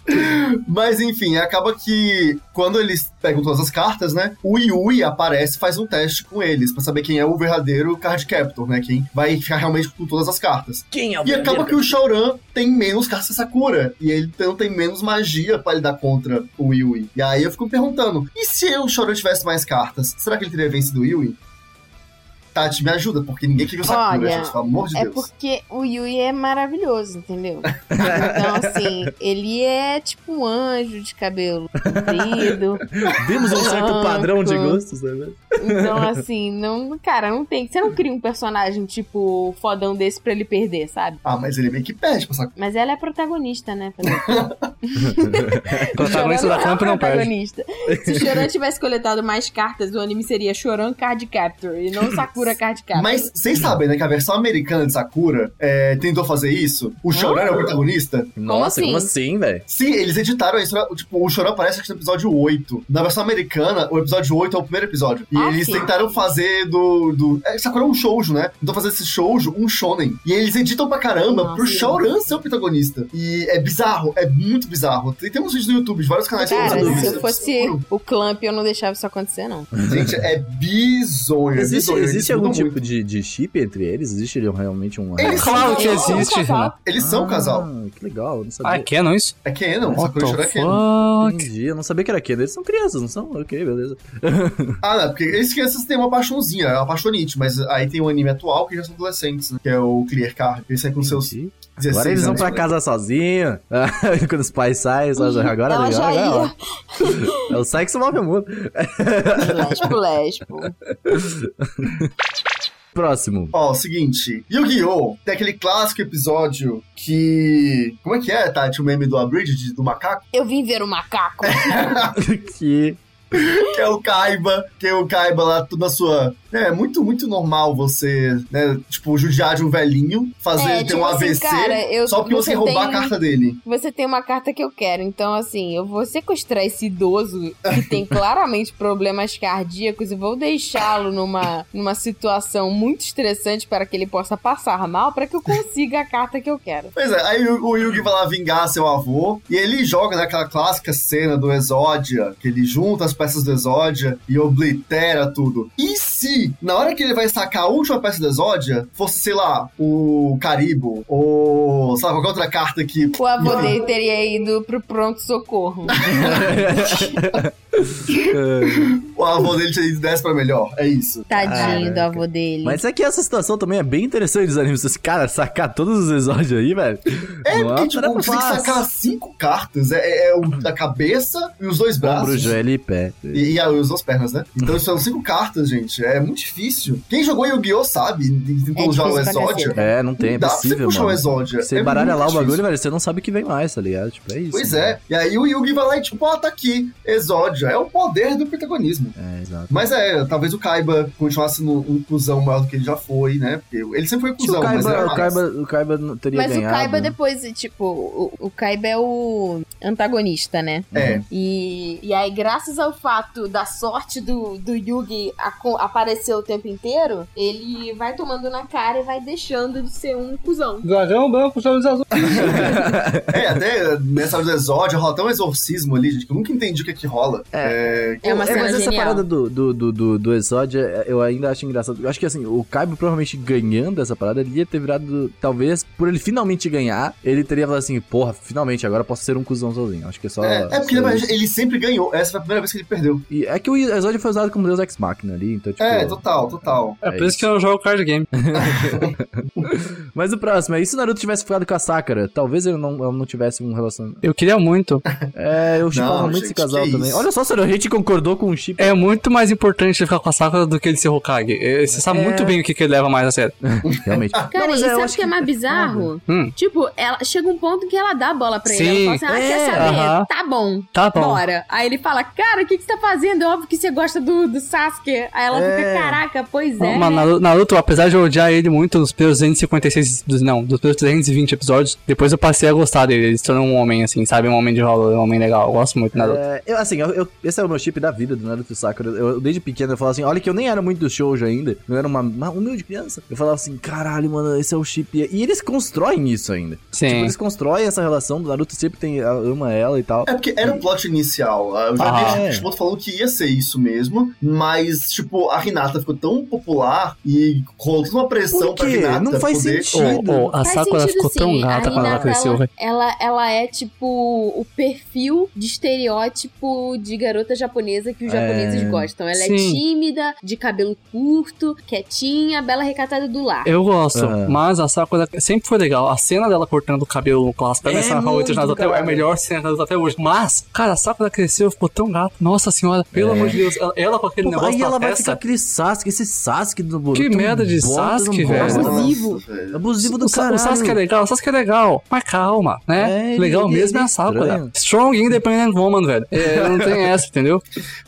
Mas enfim, acaba que quando eles pegam todas as cartas, né? O Yui aparece e faz um teste com eles pra saber quem é o verdadeiro card captor, né? Quem vai ficar realmente com todas as cartas.
Quem é
E acaba que o Shauran tem menos cartas que Sakura. E ele então tem menos magia pra lidar contra o Yui. E aí eu fico me perguntando: e se o Shauran tivesse mais cartas, será que ele teria vencido o Yui? Tati, me ajuda, porque ninguém quer ver o Sakura,
Olha,
gente, pelo amor de
É
Deus.
porque o Yui é maravilhoso, entendeu? Então, assim, ele é tipo um anjo de cabelo comprido.
Vimos um certo padrão de
Branco.
gostos, né?
Então, assim, não, cara, não tem. Você não cria um personagem tipo fodão desse pra ele perder, sabe?
Ah, mas ele meio que perde pra Sakura.
Mas ela é a protagonista, né? Fazer o quê?
O protagonista da
Choran
camp
é o
não perde.
protagonista. Se o Choran tivesse coletado mais cartas, o anime seria Choran Card Captor e não Sakura Card Captor.
Mas vocês sabem, né, que a versão americana de Sakura é, tentou fazer isso? O Shauran é o protagonista?
Nossa,
assim?
como assim, velho?
Sim, eles editaram isso. né? Tipo, o Shauran aparece acho que no episódio 8. Na versão americana, o episódio 8 é o primeiro episódio. E
Ah,
eles
sim.
tentaram fazer do. do... É, Sakura é um shoujo, né? Então fazer esse shoujo um shonen. E eles editam pra caramba
Nossa.
pro Shauran ser o protagonista. E é bizarro, é muito bizarro. Tem, tem uns vídeos no YouTube de vários canais
Cara,
falando sobre
se
isso.
eu fosse o Clamp, eu não deixava isso acontecer, não.
Gente, é bizonho. é
Existe,
bizonho, eles
existe algum
mudam muito.
tipo de, de chip entre eles? Existe realmente um...
Eles
É Claro que
Eles são um
existe,
casal.
Renan.
Eles são um casal.
Ah, Que legal, eu não sabia.
Ah, que não isso?
É Canon,
What
Sakura e
the
Shauran é Canon.
fuck?
Entendi, eu não sabia que era Kendo. Eles são crianças, não são? Ok, beleza.
Ah, não, porque esses crianças têm uma paixãozinha, é uma apaixonite, mas aí tem um anime atual que já são adolescentes, né? Que é o Clear Card. Esse aí com seus
Entendi.
16
Agora eles vão
anos,
pra
né?
casa sozinhos. Quando os pais saem, só- agora
Ela
legal.
já
agora,
ia.
ó. É o sexo move o mundo.
Lésbico, lésbico.
Próximo.
Ó, o seguinte, Yu-Gi-Oh! Tem aquele clássico episódio que. Como é que é, Tati? O meme do Abridged, do macaco?
Eu vim ver o macaco.
que
Que é o Kaiba, que é o Kaiba lá, tudo na sua. É muito, muito normal você, né? Tipo, judiar de um velhinho, fazer
É,
ter
tipo
um
assim,
AVC.
cara, eu-
só porque você,
você
roubar
tem-
a carta dele.
Você tem uma carta que eu quero, então assim, eu vou sequestrar esse idoso que tem claramente problemas cardíacos e vou deixá-lo numa, numa situação muito estressante para que ele possa passar mal para que eu consiga a carta que eu quero.
Pois é, aí o o Yugi vai lá vingar seu avô, e ele joga naquela clássica cena do Exódia, que ele junta as peças do Exódia e oblitera tudo. E se, na hora que ele vai sacar a última peça do Exódia, fosse, sei lá, o Caribo, ou, sei lá, qualquer outra carta que...
O avô
Não.
dele teria ido pro pronto-socorro.
O avô dele tinha ido 10 pra melhor, é isso.
Tadinho do
Caraca.
avô dele.
Mas é que essa situação também é bem interessante dos animes. Esse cara sacar todos os exódios aí, velho.
É,
Não
porque, tipo,
tarefa
você tem que
fácil.
sacar cinco cartas, é, é o da cabeça e os dois
Ombro,
braços.
joelho e pé.
E, e aí, as duas pernas, né? Então são cinco cartas, gente. É muito difícil. Quem jogou Yu-Gi-Oh! sabe, tentou
É
usar o
difícil pra
Exódia.
cacete.
É, não tem, é
Não dá pra você
possível,
puxar o
mano.
Exódia.
Você
É
baralha
muito
lá o
difícil.
bagulho, velho, você não sabe o que vem mais, tá ligado? Tipo, é isso.
Pois
mano.
é. E aí o Yugi vai lá e tipo, ó, tá aqui. Exódia. É o poder do protagonismo.
É, exato.
Mas é, talvez o Kaiba continuasse no, um cuzão maior do que ele já foi, né? Porque ele sempre foi
Acho que
cuzão,
o
mas
Kaiba,
era
o
mais.
Kaiba, o Kaiba não teria
Mas o
ganhado.
Kaiba depois, tipo, o, o Kaiba é o antagonista, né?
É.
E, e aí, graças ao fato da sorte do, do Yugi aco- aparecer o tempo inteiro, ele vai tomando na cara e vai deixando de ser um cuzão.
Dragão branco, chaves azul.
É, até nessa hora do Exódia rola até um exorcismo ali, gente, que eu nunca entendi o que é que rola. É.
É uma
É,
cena
mas essa
genial.
parada do, do, do, do, do Exódia, é, eu ainda acho engraçado. Eu acho que assim, o Kaiba provavelmente ganhando essa parada, ele ia ter virado. Talvez, por ele finalmente ganhar, ele teria falado assim, porra, finalmente, agora eu posso ser um cuzão sozinho. Acho que é só.
É, é porque
só
na
isso.
verdade, ele sempre ganhou. Essa foi a primeira vez que ele perdeu.
E é que o Exódia foi usado como Deus Ex Machina ali, então, tipo.
É, total, total.
É por isso que eu não jogo card game.
Mas o próximo é, e se o Naruto tivesse ficado com a Sakura? Talvez ele não, ela não tivesse um relacionamento.
Eu queria muito.
É, eu chupava muito
gente,
esse casal
que é
também.
isso.
Olha só, Nossa, a gente concordou com o chip.
É muito mais importante ele ficar com a Sakura do que ele ser Hokage. É, Você sabe
É.
muito bem o que, que ele leva mais a sério.
Realmente.
Cara,
Não, mas
e
eu
sabe o
acho
que
que-
é
Uhum.
mais bizarro?
Hum.
Tipo, ela chega um ponto que ela dá a bola pra ele.
Sim.
Ela fala assim, ah,
É,
quer saber?
aham.
Tá bom.
Tá bom.
Bora. Aí ele fala, cara, o que, que você tá fazendo? É óbvio que você gosta do, do Sasuke. Aí ela
É.
fica, caraca, pois é.
Mas
né?
Naru- Naruto, apesar de eu odiar ele muito nos primeiros 256, dos, não, dos primeiros 320 episódios, depois eu passei a gostar dele. Ele se tornou um homem, assim, sabe? Um homem de valor, um homem legal. Eu gosto muito do Naruto.
É, eu, assim, eu- eu- esse é o meu chip da vida do Naruto e Sakura. Eu, eu, desde pequeno eu falava assim: olha que eu nem era muito do shoujo ainda, eu era uma, uma humilde criança. Eu falava assim: caralho, mano, esse é o chip. E eles constroem isso ainda. Tipo,
Sim.
eles constroem essa relação. O Naruto sempre tem, ama ela e tal.
É porque era o plot inicial. ah, O
Ah.
É.
Jorge Kishimoto falou que ia ser isso mesmo, mas, tipo, a Renata ficou tão popular e rolou toda uma pressão
Por
pra
quê?
Renata.
Não faz
poder...
sentido.
Oh, oh, a
Faz
Sakura
sentido,
ficou tão
sim.
gata
A
quando ela
Hinata,
cresceu, velho.
Ela, ela é, tipo, o perfil de estereótipo de garota japonesa que os
É.
japoneses gostam. Ela é
Sim.
tímida, de cabelo curto, quietinha, bela recatada do lar.
Eu gosto,
Aham.
mas a Sakura sempre foi legal. A cena dela cortando o cabelo clássico,
É
é, cena
muito,
favorita de Naruto até hoje, é a
cara.
melhor cena de Naruto até hoje. Mas, cara, a Sakura cresceu, ficou tão gata. Nossa senhora, pelo
É.
amor de Deus, ela, ela com aquele
Pô,
negócio
aí
na
ela vai ficar
testa.
aquele Sasuke, esse Sasuke do Boruto.
Que merda de
um bosta,
Sasuke,
um
velho.
bosta.
Abusivo.
Nossa, velho.
Abusivo do
O, Sa-
caralho.
o Sasuke é legal, o Sasuke é legal, mas calma, né?
É, ele-
legal
ele-
mesmo é
ele
a
é
Sakura.
estranho.
Strong Independent Woman, velho. É, não tem essa, entendeu?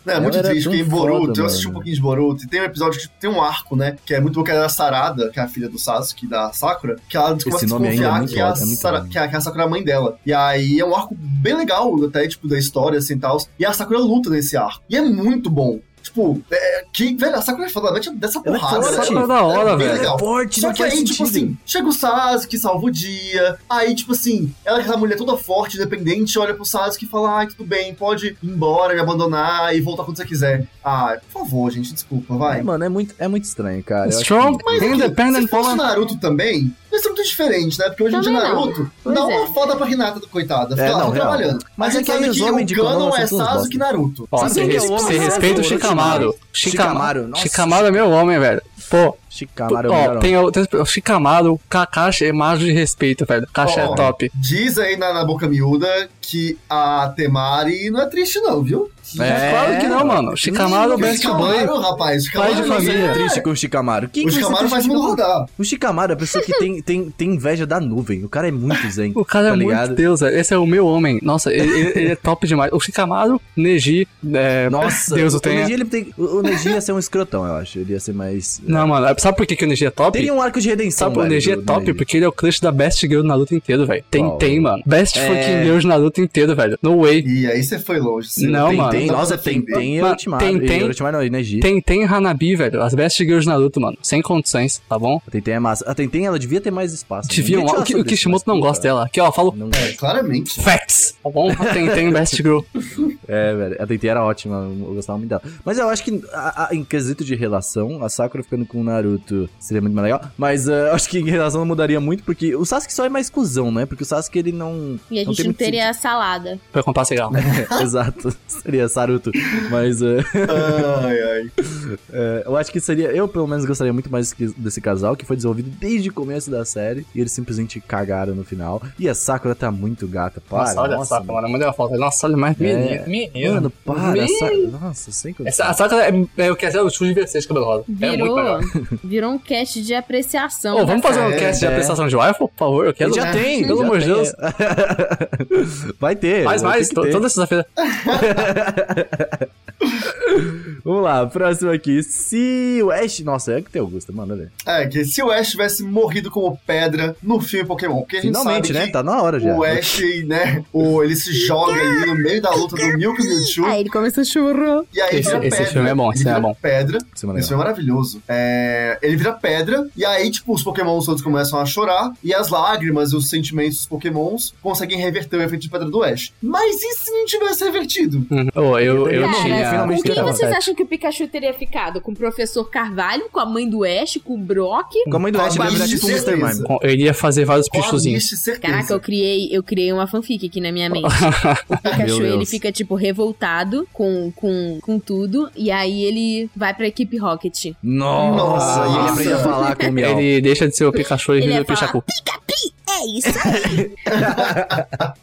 Não, é
Ela
muito
era
triste,
tão
porque em
foda,
Boruto, eu assisti um
mano.
pouquinho de Boruto, e tem um episódio que tem um arco, né? Que é muito bom, que é da Sarada, que é a filha do Sasuke, da Sakura, que ela começa a
nome ainda é
desconfiar
muito
que, a
ótimo, é muito
Sara-
ótimo.
que a que a Sakura é a mãe dela. E aí é um arco bem legal, até, tipo, da história, assim, tal. E a Sakura luta nesse arco. E é muito bom. Tipo, é, que, velho, a Sakura é fodamente dessa
Ela é
porrada.
forte.
né?
Sakura é da hora,
bem
velho.
Ele é
legal.
forte,
Só
não
que aí,
faz
tipo
sentido.
assim, chega o Sasuke, salva o dia. Aí, tipo assim, ela que é uma mulher toda forte, independente, olha pro Sasuke e fala: ai, tudo bem, pode ir embora, me abandonar e voltar quando você quiser. Ah, por favor, gente, desculpa,
É,
vai.
mano, é muito, é muito estranho, cara. Eu acho
Strong
que-
aqui, se
Independent
fosse
Woman.
Naruto também, ia ser muito diferente, né? Porque hoje em dia
Também não.
Naruto
Pois
dá
é.
uma foda pra Renata, coitada.
É,
Fica lá,
não,
tô
real.
trabalhando.
Mas
a
é
gente
que aí
sabe
os homens de
o
Konoha
Ganon é
são todos
Sasuke e
bosta.
Naruto.
Ó,
Sabe
você
quem que é o
res-
homem
você
mais
respeita o
forte, mano?
Shikamaru. Shikamaru,
Shikamaru, nossa.
Shikamaru é meu homem, velho. Pô,
Shikamaru é o melhor
Ó, tem, o- tem o Shikamaru, o Kakashi é mago de respeito, velho. Kakashi
Ó,
é top.
Diz aí na, na boca miúda que a Temari não é triste, não, viu?
É.
É, claro que não, mano. Shikamaru é o
Porque
best boy.
Shikamaru, rapaz. Shikamaru
de
é
Quem
família.
é triste com o Shikamaru. Quem
O
que vai ser
Shikamaru
triste
faz
com
o
o
mundo rodar.
O Shikamaru é a pessoa que tem, tem, tem inveja da nuvem. O cara é muito zen.
O cara
tá
é
ligado?
muito Deus, velho. Esse é o meu homem. Nossa, ele, ele- ele é top demais. O Shikamaru, Neji, é,
Nossa,
Deus o
o
tenha.
Neji, ele tem. O o Neji ia ser um escrotão, eu acho. Ele ia ser mais.
Não, mano, sabe por que, que o Neji é top?
Teria um arco de redenção.
Sabe, o
velho,
Neji é
do- do
top
Neji.
porque ele é o crush da best girl do Naruto inteiro, velho. Tem,
Qual?
tem, mano. Best
É.
fucking girl do Naruto inteiro, velho. No way.
E aí você foi longe. você-
Não,
Tem,
mano.
tem,
dá pra
nossa, é tem,
defender.
tem e
Mas
Ultimar.
tem, tem.
E Ultimar não, e Neji.
Tem, tem Hanabi, velho. As best girls do Naruto, mano. Sem condições, tá bom?
A Tenten é massa. A Tenten, ela devia ter mais espaço.
Deviam,
Ninguém fala
um o, que- o
sobre isso,
Kishimoto
mas,
não gosta
puta,
dela. Aqui, ó, falo
Não,
É, claramente.
facts. Tá bom? Tem, tem best girl.
é, velho. A Tenten era ótima. Eu gostava muito dela. Mas eu acho que, a- a- em quesito de relação, a Sakura ficando com o Naruto seria muito mais legal. Mas eh, eu acho que em relação não mudaria muito, porque o Sasuke só é mais cuzão, né? Porque o Sasuke, ele não.
E a
Não
gente
tem
não
muito
teria salada.
Pra comprar cigarro.
Exato. Seria Saruto. Mas. eh,
ai, ai.
É, eu acho que seria. Eu, pelo menos, gostaria muito mais que- desse casal, que foi desenvolvido desde o começo da série. E eles simplesmente cagaram no final. E a Sakura tá muito gata, para.
Nossa, olha só,
mano.
mano. Mandei uma foto. Nossa, olha mais.
É.
Menino, menino.
Mano, para. a
Meu-
Sakura- Nossa, sem condição.
Essa, a saca é, é o que é o chute de vocês, cabelo rosa. É muito
Virou, tá
melhor.
virou um cast de apreciação.
Ô,
da
vamos fazer um
É,
cast de
é.
apreciação de Wife, por favor? Eu quero.
Ele já
né?
tem,
Pelo
já
amor de
tem.
Deus.
Vai ter.
Mais,
vai ter
mais.
que
é. to-
ter.
Toda sexta-feira.
Vamos lá, próximo aqui. Se o Ash. Nossa, é que tem Augusta, mano. Olha.
É, que se o Ash tivesse morrido como pedra no filme Pokémon, porque a gente
Finalmente,
sabe
né?
que
Tá na hora já.
o Ash, né, o, ele se joga ali no meio da luta do Milk e
Sakura.
Mewtwo,
Aí ele começou a chorar.
e aí
Esse-
vira
esse
pedra.
filme é bom, esse
Ele
filme é
vira
bom.
pedra,
Semana
Esse
Tá legal.
filme é maravilhoso. É, ele vira pedra, e aí, tipo, os pokémons todos começam a chorar, e as lágrimas e os sentimentos dos pokémons conseguem reverter o efeito de pedra do Ash. Mas e se não tivesse revertido?
Um
Ô, eu, eu
Cara,
tinha.
com
finalmente
quem
tava
vocês
Pet.
acham que o Pikachu teria ficado? Com o professor Carvalho, com a mãe do Ash, com o Brock?
Com a mãe do Ash,
Com a
deve virar
Miss
tipo um Mr.
Certeza.
Mime.
Com- Eu iria fazer vários
Com a
pichuzinhos.
Misty, é certeza.
Caraca, eu criei, eu criei uma fanfic aqui na minha mente. O Pikachu,
Meu
ele
Deus.
fica, tipo, revoltado com, com, com tudo. E aí ele vai pra equipe Rocket.
Nossa, e ele
Nossa.
aprende a falar com o Miau.
Ele deixa de ser o Pikachu e
Ele
vira
ia
o Pichacu.
falar, Pika Pi É isso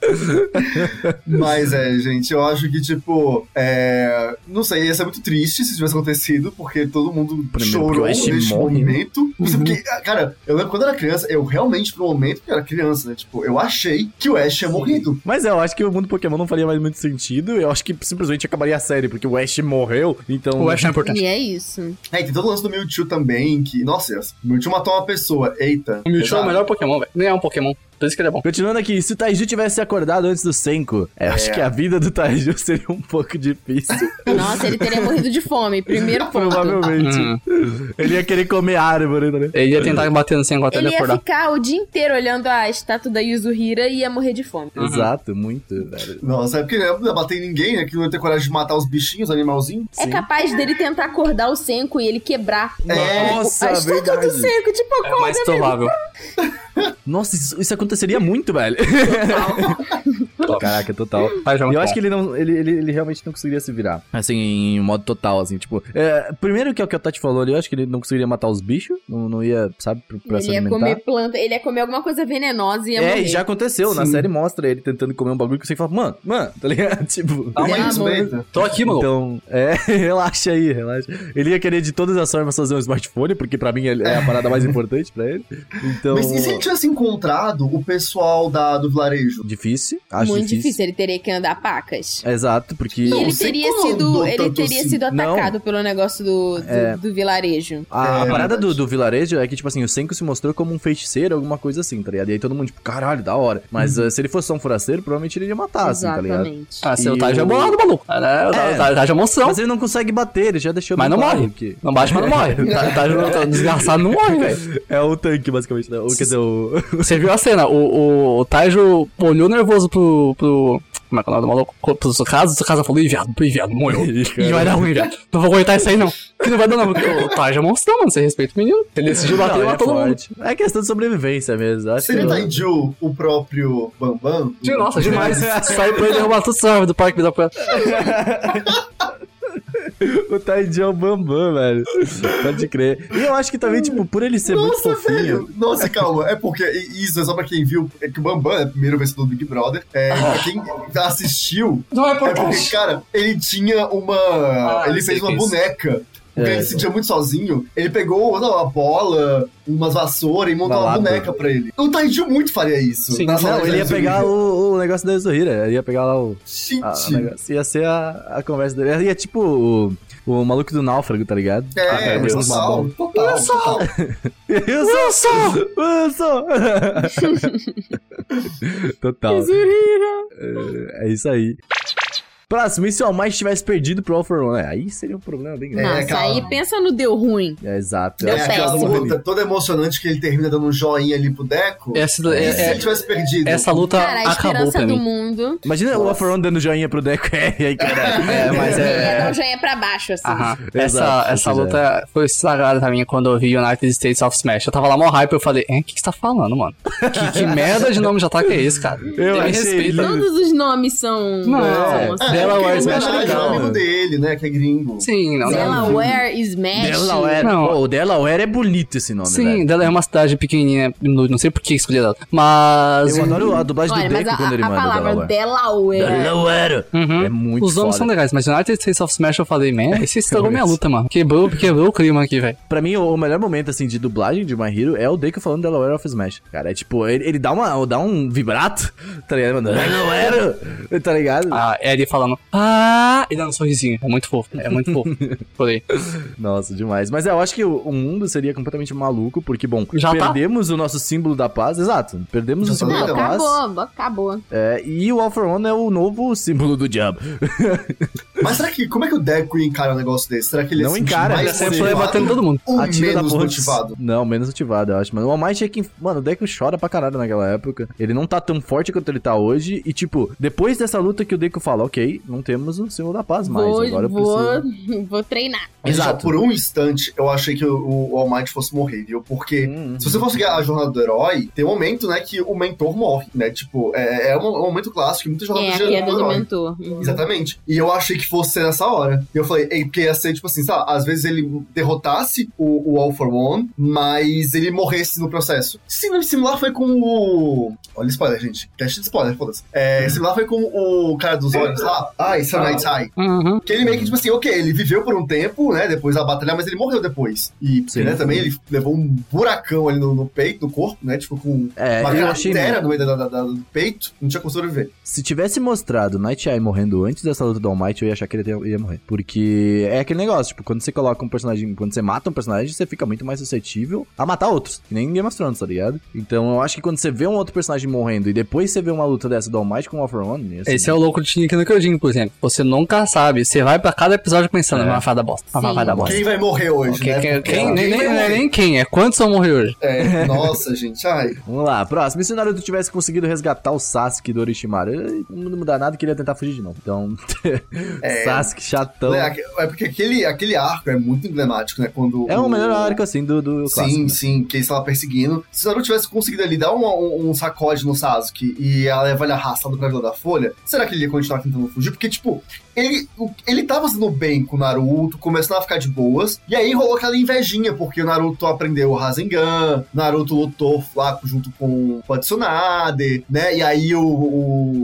aí.
Mas é, gente, eu acho que, tipo, é, não sei, ia ser muito triste se tivesse acontecido, porque todo mundo
Primeiro porque o
chorou
Ash
neste
morre, né?
momento. Mas é Porque, cara, eu lembro quando eu era criança, eu realmente, por um momento que eu era criança, né? Tipo, eu achei que o Ash tinha morrido.
Mas é, eu acho que o mundo Pokémon não faria mais muito sentido. Eu acho que simplesmente acabaria a série, porque o Ash morreu, então.
O Ash não é importante.
e é isso.
É, e tem todo o lance do Mewtwo também, que, nossa, o Mewtwo matou uma pessoa, eita.
O Mewtwo é o
pesado.
melhor Pokémon, velho. Nem é um Pokémon. Por isso que ele é bom.
Continuando aqui, se o Taiju tivesse acordado antes do Senko, eu acho
É.
que a vida do Taiju seria um pouco difícil.
Nossa, ele teria morrido de fome. Primeiro ponto.
provavelmente.
Hum.
Ele ia querer comer árvore, né?
Ele ia tentar bater no Senko até
Ele
ele
ia
acordar.
ficar o dia inteiro olhando a estátua da Yuzuhira e ia morrer de fome.
Exato, muito, velho.
Nossa, é porque né, não ia bater em ninguém, né? Que não ia ter coragem de matar os bichinhos, os animalzinhos.
É capaz dele tentar acordar o Senko e ele quebrar.
É,
Nossa,
a estátua do
verdade.
Senko, tipo,
É o
acorda,
mais provável.
Nossa, isso, isso aconteceria muito, velho. Caraca, total.
Vai, já
E eu acho que ele não. Ele, ele, ele realmente não conseguiria se virar. Assim, em modo total, assim, tipo. é, primeiro que é o que o Tati falou ali, eu acho que ele não conseguiria matar os bichos. Não, não ia, sabe, pra, pra se
Ele ia
alimentar.
comer planta, ele ia comer alguma coisa venenosa e ia
é,
morrer.
e já aconteceu. Na
Sim.
série mostra ele tentando comer um bagulho que você fala, mano, mano, tá ligado? Tipo.
Calma aí,
Amor.
respeita.
Tô aqui, mano.
Então, é, relaxa aí, relaxa. Ele ia querer de todas as formas fazer um smartphone, porque pra mim ele- é a parada mais importante pra ele. Então.
Mas é e se ele tivesse encontrado o pessoal da, do vilarejo?
Difícil, acho
Muito
difícil.
difícil. ele teria que andar a pacas.
Exato, porque.
E
Não,
ele
sei
teria
como
sido,
andou
ele
tanto
teria
assim.
sido
Não.
atacado pelo negócio do, do,
É.
do vilarejo.
A, a
É,
parada do,
verdade.
do vilarejo é que, tipo assim, o Senko se mostrou como um feiticeiro, alguma coisa assim, tá ligado? E aí todo mundo, tipo, caralho, da hora. Mas eh, se ele fosse só um furaceiro, provavelmente ele ia matar, assim, tá ligado?
Uhum. Exatamente.
Ah, seu
E
Taj é
o-
bolado, maluco. Ah, né? O
É.
Taj Taj é emoção.
Mas ele não consegue bater, ele já deixou
Mas
bem
não
claro
morre.
que-
Não bate, mas não morre. O Taj- Taj não- tá desgraçado não morre, velho.
É o tanque, basicamente, né? Ou, quer dizer, o...
Você viu a cena? O, o, o Tajo olhou nervoso pro. pro. Como é que é o nome do maluco? Pro Tsukasa, o Tsukasa falou, ih, viado, ih, viado, morreu.
Ih,
Ih, vai dar ruim, viado. Não vou aguentar isso aí, não. Que não vai dar, não. porque O Taj é monstrão, mano. Você respeita o menino. Ele decidiu bater e
Não, é
matou todo mundo.
forte. É questão de sobrevivência mesmo, acho
Seria
que... é
Taiju o próprio Bambam?
De- Nossa, demais. né? Saiu pra ele derrubar tudo serve do parque da pra...
O Taiji é o Bambam, velho. Pode crer. E eu acho que também, tipo, por ele ser muito
Nossa,
fofinho...
velho! Nossa, calma. É porque, e isso é só pra quem viu, é que o Bambam é o primeiro vencedor do Big Brother. É, pra quem assistiu,
Não é
é porque, cara, ele tinha uma.
Ah,
ele
eu
fez
sei
uma
que é isso.
boneca. Porque
É.
ele se sentia muito sozinho. Ele pegou sei lá, uma bola, umas vassoura e montou uma
Balada.
boneca pra ele. O Taiju muito faria isso.
Sim.
na sala
Não,
de
ele ia
Taiju.
pegar o, o negócio da Exohira, ele ia pegar lá o...
Gente.
Ah, o negócio. Ia ser a, a conversa dele. Ia tipo o, o maluco do náufrago, tá ligado? Ah,
é,
cara,
o
versão
Sal.
babão.
Total, total.
Wilson! Wilson! Total. É, é isso aí. Próximo, e se o Almighty tivesse perdido pro All for One? É, aí seria um problema bem grande.
Nossa,
calma.
aí pensa no deu ruim.
É, exato.
Deu
Eu
É
acho que
aquela
ela
péssimo.
morreu ali.
luta toda emocionante que ele termina dando um joinha ali pro Deco.
Essa,
e se
é-
ele
é-
tivesse perdido?
essa
Tá,
luta
Cara, a
acabou
esperança
pra
do
mim.
mundo.
Imagina o All for One dando joinha pro Deco. É, aí, caralho.
É, mas
Ia dar
é.
um joinha pra baixo, assim.
Aham.
Exato,
Essa,
se
essa
quiser.
luta foi estragada pra mim quando eu vi United States of Smash. Eu tava lá mó hype, eu falei, hein, o que, que você tá falando, mano? Que, que merda de nome de ataque é esse, cara?
Eu
me
achei
respeita.
lindo.
Todos os nomes são.
Não,
são
é.
assim.
Porque
Delaware
ele
Smash
é
é legal.
amigo dele, né? Que é gringo.
Sim, não,
um
não.
Delaware Smash.
Delaware.
Não.
Pô, o Delaware é bonito esse nome,
Sim,
velho.
dela é uma cidade pequenininha, não não sei por que escolhi ela. Mas.
Eu adoro a dublagem
Olha,
do
mas
é Deco
a,
quando ele
a
manda
palavra é- Delaware.
Delaware.
Uhum.
É muito
Os nomes
foda.
são legais, mas United States of Smash eu falei, man, esse estragou minha luta, mano. Quebrou, quebrou o clima aqui, velho.
Pra mim, o o melhor momento, assim, de dublagem de My Hero é o Deco falando Delaware of Smash. Cara, é tipo, ele, ele dá, uma, dá um vibrato, tá ligado? Mano, Delaware! Tá ligado?
A Ellie falando, ah, e dando um sorrisinho. É muito fofo, é muito fofo. Falei.
Nossa, demais. Mas é, eu acho que o, o mundo seria completamente maluco, porque, bom,
Já tá.
perdemos o nosso símbolo da paz. Exato, perdemos
Já
o
tá
símbolo
Não,
da
legal.
paz.
acabou, acabou.
É, e o All for One é o novo símbolo do diabo.
Mas será que. Como é que o Deco encara um negócio desse? Será que ele
Não
se sente
encara,
mais
ele
Sempre foi
motivado
assim, batendo todo mundo.
Ou
Atira
menos
da porra.
motivado?
Não, menos motivado, eu acho, mano. O All Might é que. Mano, o Deco chora pra caralho naquela época. Ele não tá tão forte quanto ele tá hoje. E, tipo, depois dessa luta que o Deco fala, ok, não temos o símbolo da paz mais.
vou,
Agora eu preciso.
vou, vou treinar.
Exato.
Exato.
por um instante, eu achei que o, o All Might fosse morrer, viu? Porque
Hum,
se você for seguir a jornada do herói, tem um momento, né, que o mentor morre, né? Tipo, é, é um, é um é momento clássico, que muita jornada
É, a
do
queda do
herói.
mentor. Uhum.
Exatamente. E eu achei que fosse ser nessa hora. E eu falei, ei, porque ia ser tipo assim, sabe? Às vezes ele derrotasse o, o All for One, mas ele morresse no processo. Sim, similar foi com o. Olha, spoiler, gente. Teste de spoiler, foda-se. É, similar foi com o cara dos olhos lá. Ah, isso é Night High.
Uhum.
Que ele meio que, tipo assim, ok, ele viveu por um tempo, né? Depois da batalha, mas ele morreu depois. E
Sim.
né, também ele levou um buracão ali no, no peito, no corpo, né? Tipo, com
É,
uma
eu achei.
cratera no meio da, da- da- do peito. Não tinha como sobreviver.
Se tivesse mostrado Night Eye morrendo antes dessa luta do All Might, eu ia achar que ele ia, ia morrer. Porque é aquele negócio, tipo, quando você coloca um personagem, quando você mata um personagem, você fica muito mais suscetível a matar outros. Que nem Game of Thrones, tá ligado? Então eu acho que quando você vê um outro personagem morrendo e depois você vê uma luta dessa do All Might com o All For One... assim,
Esse é o louco de Shingeki no Kyojin, por exemplo. Você nunca sabe. Você vai pra cada episódio pensando,
É.
é. uma fada bosta.
Sim.
Uma fada bosta.
Quem vai morrer hoje,
Quem-
né?
quem-
Porque
quem- nem,
ninguém
nem,
vai morrer.
nem quem, é quantos vão morrer hoje?
É, nossa, gente, ai.
Vamos lá, próximo. E se o Naruto tivesse conseguido resgatar o Sasuke do Orochimaru? Eu- Não mudar nada que ele ia tentar fugir de novo. Então, Sasuke chatão.
Né, aque- É porque aquele, aquele arco é muito emblemático, né? Quando
É o melhor arco, assim, do, do clássico.
Sim,
né?
sim, que ele estava perseguindo. Se o Naruto tivesse conseguido ali dar uma- um, um sacode no Sasuke e ela leva ele arrastado pra Vila da Folha, será que ele ia continuar tentando fugir? Porque, tipo, ele, o- ele tava se dando bem com o Naruto, começando a ficar de boas, e aí rolou aquela invejinha, porque o Naruto aprendeu o Rasengan, Naruto lutou lá junto com o Tsunade, né? E aí o,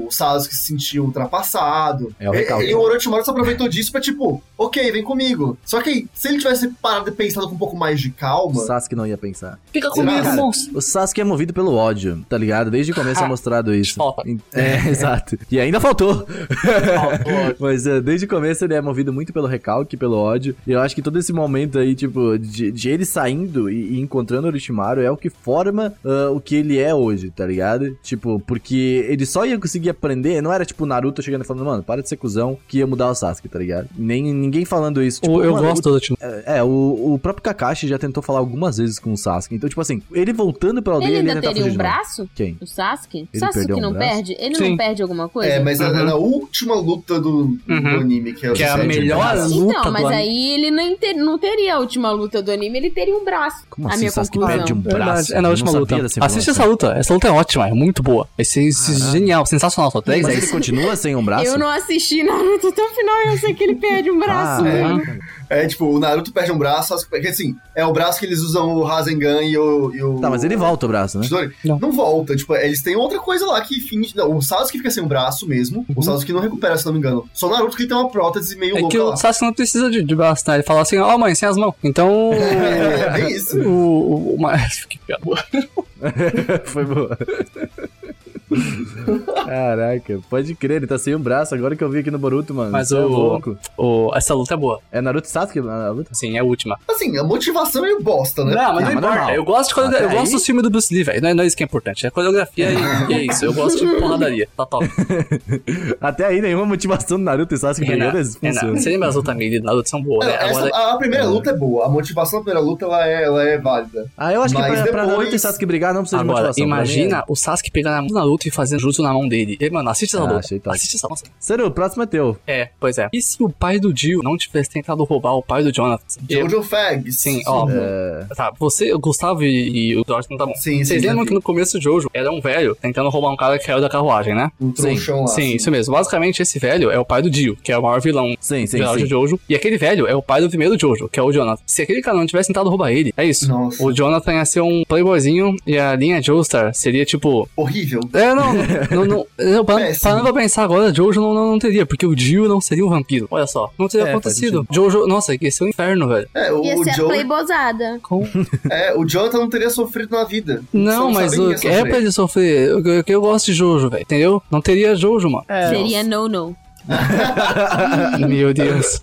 o Sasuke se sentiu ultrapassado.
É o recalque.
E, e o Orochimaru se aproveitou disso pra, tipo, ok, vem comigo. Só que se ele tivesse parado e pensado com um pouco mais de
O
calma,
Sasuke não ia pensar.
Fica
comigo,
monstro.
O Sasuke é movido pelo ódio, tá ligado? Desde o começo é
Ah,
mostrado isso.
falta.
É, exato. E ainda faltou. Mas é, desde o começo ele é movido muito pelo recalque, pelo ódio. E eu acho que todo esse momento aí, tipo, de, de ele saindo e, e encontrando o Orochimaru é o que forma ah, o que ele é hoje, tá ligado? Tipo, porque ele só ia conseguir aprender, não era tipo o Naruto chegando e falando, mano, para de ser cuzão, que ia mudar o Sasuke, tá ligado? Nem ninguém falando isso. Tipo,
eu
mano, o
gosto do time.
é, o, o próprio Kakashi já tentou falar algumas vezes com o Sasuke. Então, tipo assim, ele voltando pra aldeia,
Ele
ele,
ainda
ia tentar
teria
fugir de
um
novo.
braço?
Quem?
O Sasuke? O
Ele
Sasuke
perdeu um
não
braço?
perde? Ele
Sim.
não perde alguma coisa?
É, mas era
Uhum.
na última luta do, do
Uhum.
anime que é, o
Que é a
Sete
melhor
Braços.
luta
Então,
do
mas
anime.
aí ele não, inte- não teria a última luta do anime, ele teria um braço.
Como
a
assim
minha
o Sasuke
conclusão.
perde um braço?
Verdade, é na
Eu
última
não
luta.
sabia dessa
Assiste essa
informação.
luta. Essa luta é ótima, é muito boa. Vai ser isso é genial, sensacional essa luta. 10
Mas ele
10.
continua sem um braço?
Eu não assisti Naruto até o final, eu sei que ele perde um braço.
Ah, é.
mano.
É, tipo, o Naruto perde um braço, Sasuke perde- assim, é o braço que eles usam o Rasengan e o... E o
Tá, mas ele volta o braço, né?
Chidori. Não.
Não.
volta, tipo, eles têm outra coisa lá que finge... não, o Sasuke fica sem o braço mesmo, o Sasuke não recupera, se não me engano. Só o Naruto que ele tem uma prótese meio
Uhum. É
louca
que o
lá.
Sasuke não precisa de, de braço, né? Ele fala assim, ó mãe, sem as mãos. Então...
É, bem isso.
o, o, o, mas- que piada.
Foi boa. Caraca, pode crer, ele tá sem um braço agora que eu vi aqui no Boruto, mano.
Mas
Você é
o-
louco.
O- essa luta é boa.
É Naruto e Sasuke na luta?
Assim, é a última.
Assim, a motivação é meio bosta, né?
Não, mas
mas
não
normal.
importa. Eu gosto, de coreogra-
Até
eu gosto
aí-
dos filmes do Bruce Lee, velho. Não, é- não é isso que é importante. É coreografia e, e é isso. Eu gosto de porradaria. Tá top.
Até aí nenhuma motivação do Naruto e Sasuke é brigando
Renan,
eles
Renan,
funcionam.
você lembra as outras medidas? As outras são boas, né?
Essa-
Agora,
a primeira luta é boa, a motivação da primeira luta ela é, ela é válida.
Ah, eu acho que
Mas
pra, pra
depois-
Naruto e Sasuke brigar não precisa de
agora
motivação. pra mim é-
imagina o Sasuke pegando a mão do Naruto e fazendo jutsu na mão dele. E, mano, assiste essa
Ah,
luta.
achei top.
Assiste essa luta.
Seru, o próximo é teu.
É, pois é. E se o pai do Jill não tivesse tentado roubar o pai do Jonathan? Eu-
Jojo Fags.
Sim, ó.
É,
Tá, você, o Gustavo e, e o Jorge não tá bom.
Sim,
Vocês
sim,
lembram
sim.
que no começo do Jojo era um velho tentando roubar um cara que caiu da carruagem, né?
Um trouxão lá.
Sim,
assim.
isso mesmo. Basicamente, esse velho é o pai do Dio, que é o maior vilão
Sim, sim,
geral
sim.
de Jojo. E aquele velho é o pai do primeiro Jojo, que é o Jonathan. Se aquele cara não tivesse tentado roubar ele, é isso.
Nossa.
O Jonathan ia ser um playboyzinho e a linha Joestar seria tipo.
Horrível.
É, não, não, não, não pa-
Péssimo.
parando pra pensar agora, Jojo não, não, não teria, porque o Dio não seria um vampiro. Olha só, não
tá
teria
É, faz
acontecido. Jojo, nossa, ia ser um inferno, velho.
É, o,
Ia
o
ser a
Joe.
playbozada.
Com-
É, o Jonathan não teria sofrido na vida.
Não, mas o,
que
é pra ele sofrer. O que eu, eu gosto de Jojo, velho, entendeu? Não teria Jojo, mano.
É.
Seria no-no.
É. Meu Deus.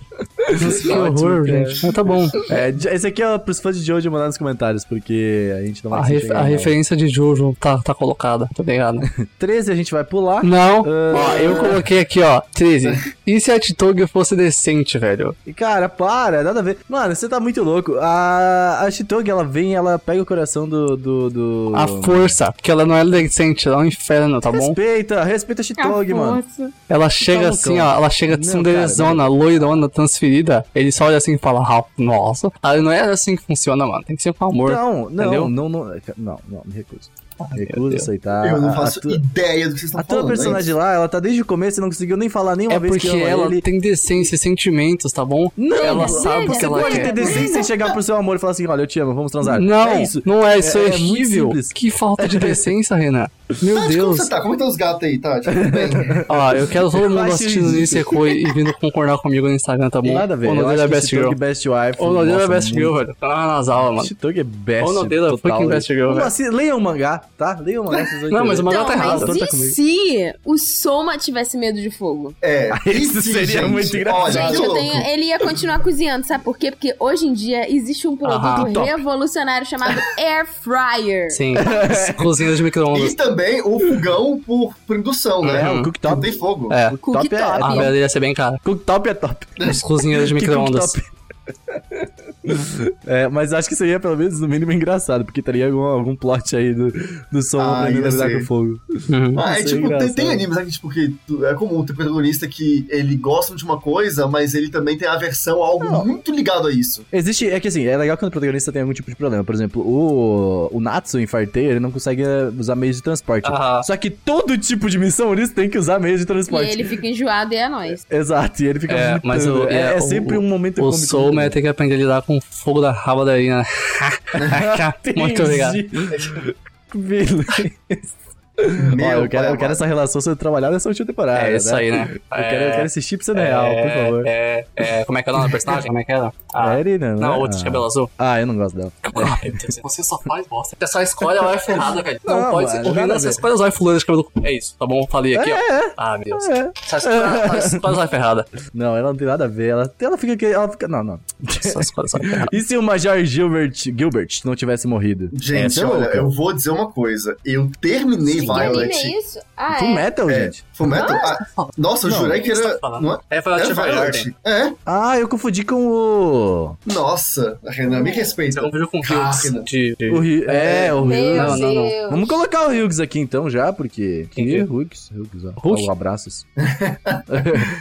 Nossa, que horror, gente. Mas tá bom.
É, esse aqui é pros fãs de Jojo mandar nos comentários, porque a gente não vai
A,
conseguir
ref-
chegar
a
lá.
referência de Jojo tá, tá colocada, tá ligado?
13 a gente vai pular.
Não,
Ah.
ó, eu coloquei aqui, ó, 13. E se a Titoga fosse decente, velho?
E, Cara, para, nada a ver. Mano, você tá muito louco. A, a Shitogi, ela vem, ela pega o coração do. do, do...
A força, porque ela não é decente, ela é um inferno, tá bom?
Ah. Respeita, respeita a Shitogi, mano.
Ela chega
loucão.
assim, ó, ela chega
Não,
tsunderezona,
cara,
loirona, vida, ele só olha assim e fala, ah, nossa. Ah, não é assim que funciona, mano. Tem que ser com amor.
Não, não,
entendeu? Ah,
não, não, é não, não, me recuso. Me
Meu
recuso a
Deus.
aceitar.
eu não
A-
faço
a tua,
ideia é do que vocês estão
a tua
falando.
Ah, personagem lá, ela tá desde o começo e não conseguiu nem falar nenhuma
É
vez que
porque
ama
ela
ele.
tem decência e sentimentos, tá bom?
Não,
ela
não, é
sabe o
você
que ela
Pode
quer.
ter decência e chegar pro seu amor e falar assim, olha, eu te amo, vamos transar.
Não,
é isso.
não é, isso é,
É- é muito
horrível.
simples.
Que falta de decência, Renan. Meu
Tati, como
Deus.
você tá? Como estão os gatos aí, Tati? Tudo bem?
Ó, eu quero todo
Eu
mundo
acho
assistindo
isso.
isso e, e vindo concordar comigo no Instagram, tá bom?
Nada a ver.
O
eu acho
Nodeira é
que
Best
Chitug
Girl.
Best Wife.
O Nodeira é
nossa,
Best Girl,
muito-
velho. Tá lá nas aulas, mano.
Chitug é Best.
Ô, Nodeira,
total,
fucking Best Girl, velho.
Assim, leiam o mangá, tá? Leiam o mangá, vocês vão
Não, mas
entender.
o mangá tá errado.
Autor
mas
tá
e
comigo.
se o Soma tivesse medo de fogo?
É.
Isso
e se,
seria
gente?
muito engraçado.
Olha, que
Gente, eu
é louco.
tenho- ele ia continuar cozinhando, sabe por quê? Porque hoje em dia existe um produto
Aham.
Top.
revolucionário chamado Air Fryer.
Sim, cozinhas de
é,
micro-ondas.
E também o fogão por, por indução,
É,
né?
o
Não
cooktop.
tem fogo.
É.
Top é,
Cooktop.
A
top.
merda ia ser bem cara.
Cooktop é top.
As cozinhas de
Que
micro-ondas.
cooktop. é, mas acho que seria pelo menos no mínimo engraçado, porque teria algum, algum plot aí do, do som
Ah,
aprendendo
ia
a lidar
ser.
com fogo.
Uhum.
Ah,
Isso
é
é
tipo, tem,
engraçado.
tem animes, né, que, tipo, que tu- é comum ter protagonista que ele gosta de uma coisa, mas ele também tem aversão a algo
Não.
muito ligado a isso.
Existe, é que assim, é legal quando o protagonista tem algum tipo de problema. Por exemplo, o, o Natsu em Fire Tail, ele não consegue eh, usar meios de transporte.
Aham.
Só que todo tipo de missão eles têm que usar meios de
E
transporte.
ele fica enjoado e é nóis.
Exato, e ele fica
É,
vomitando.
mas o-
é,
é,
é
o-
sempre um momento
O
cômico
Soul
muito
vai ter que aprender a lidar com o fogo da rabadaria.
bom.
é Muito obrigado.
Entendi. Beleza. Ó, eu quero,
pai
eu quero essa relação sendo trabalhada nessa última temporada.
É isso aí, né?
Eu, quero, eu quero esse chip sendo real, por favor.
É, é, como é que é o nome da personagem? Como é que era?
A Erina, né?
não, é a outra de
Ah.
cabelo azul.
Ah, eu não gosto dela.
Ah, meu Deus, você só faz bosta. Você só escolhe a hora errada, cara. Não,
Não,
pode
mano,
ser correndo.
nada a
Você
ver.
escolhe as horas fulanas de cabelo. É isso, tá bom? Falei aqui, ó. Ah, meu Deus.
É.
Só escolhe só escolhe as horas ferradas.
Não, ela não tem nada a ver. Ela, ela fica. que- Ela fica não, não.
Só escolhe as horas ferradas.
E se o Major Gilbert, Gilbert não tivesse morrido?
Gente,
Essa é
olha,
louca.
eu vou dizer uma coisa. Eu terminei
Que anime
Violet.
é isso? Ah,
Full
é.
metal,
É,
gente.
Fullmetal? Ah, nossa, eu
Não,
jurei que
Você
era.
tá falando.
Não é?
É, foi
Era
a Violet.
Violet. É.
Ah, eu confundi com o.
Nossa, Renan, me
Você
respeita.
confundiu com o
Caraca.
Hughes de... de-
o Ri- É, o
Meu
Hughes.
Não,
Deus.
não, não.
Vamos colocar o Hughes aqui então já, porque.
Quem
Ih,
é?
Hughes, Hughes, ó.
Hughes?
Ó, abraços.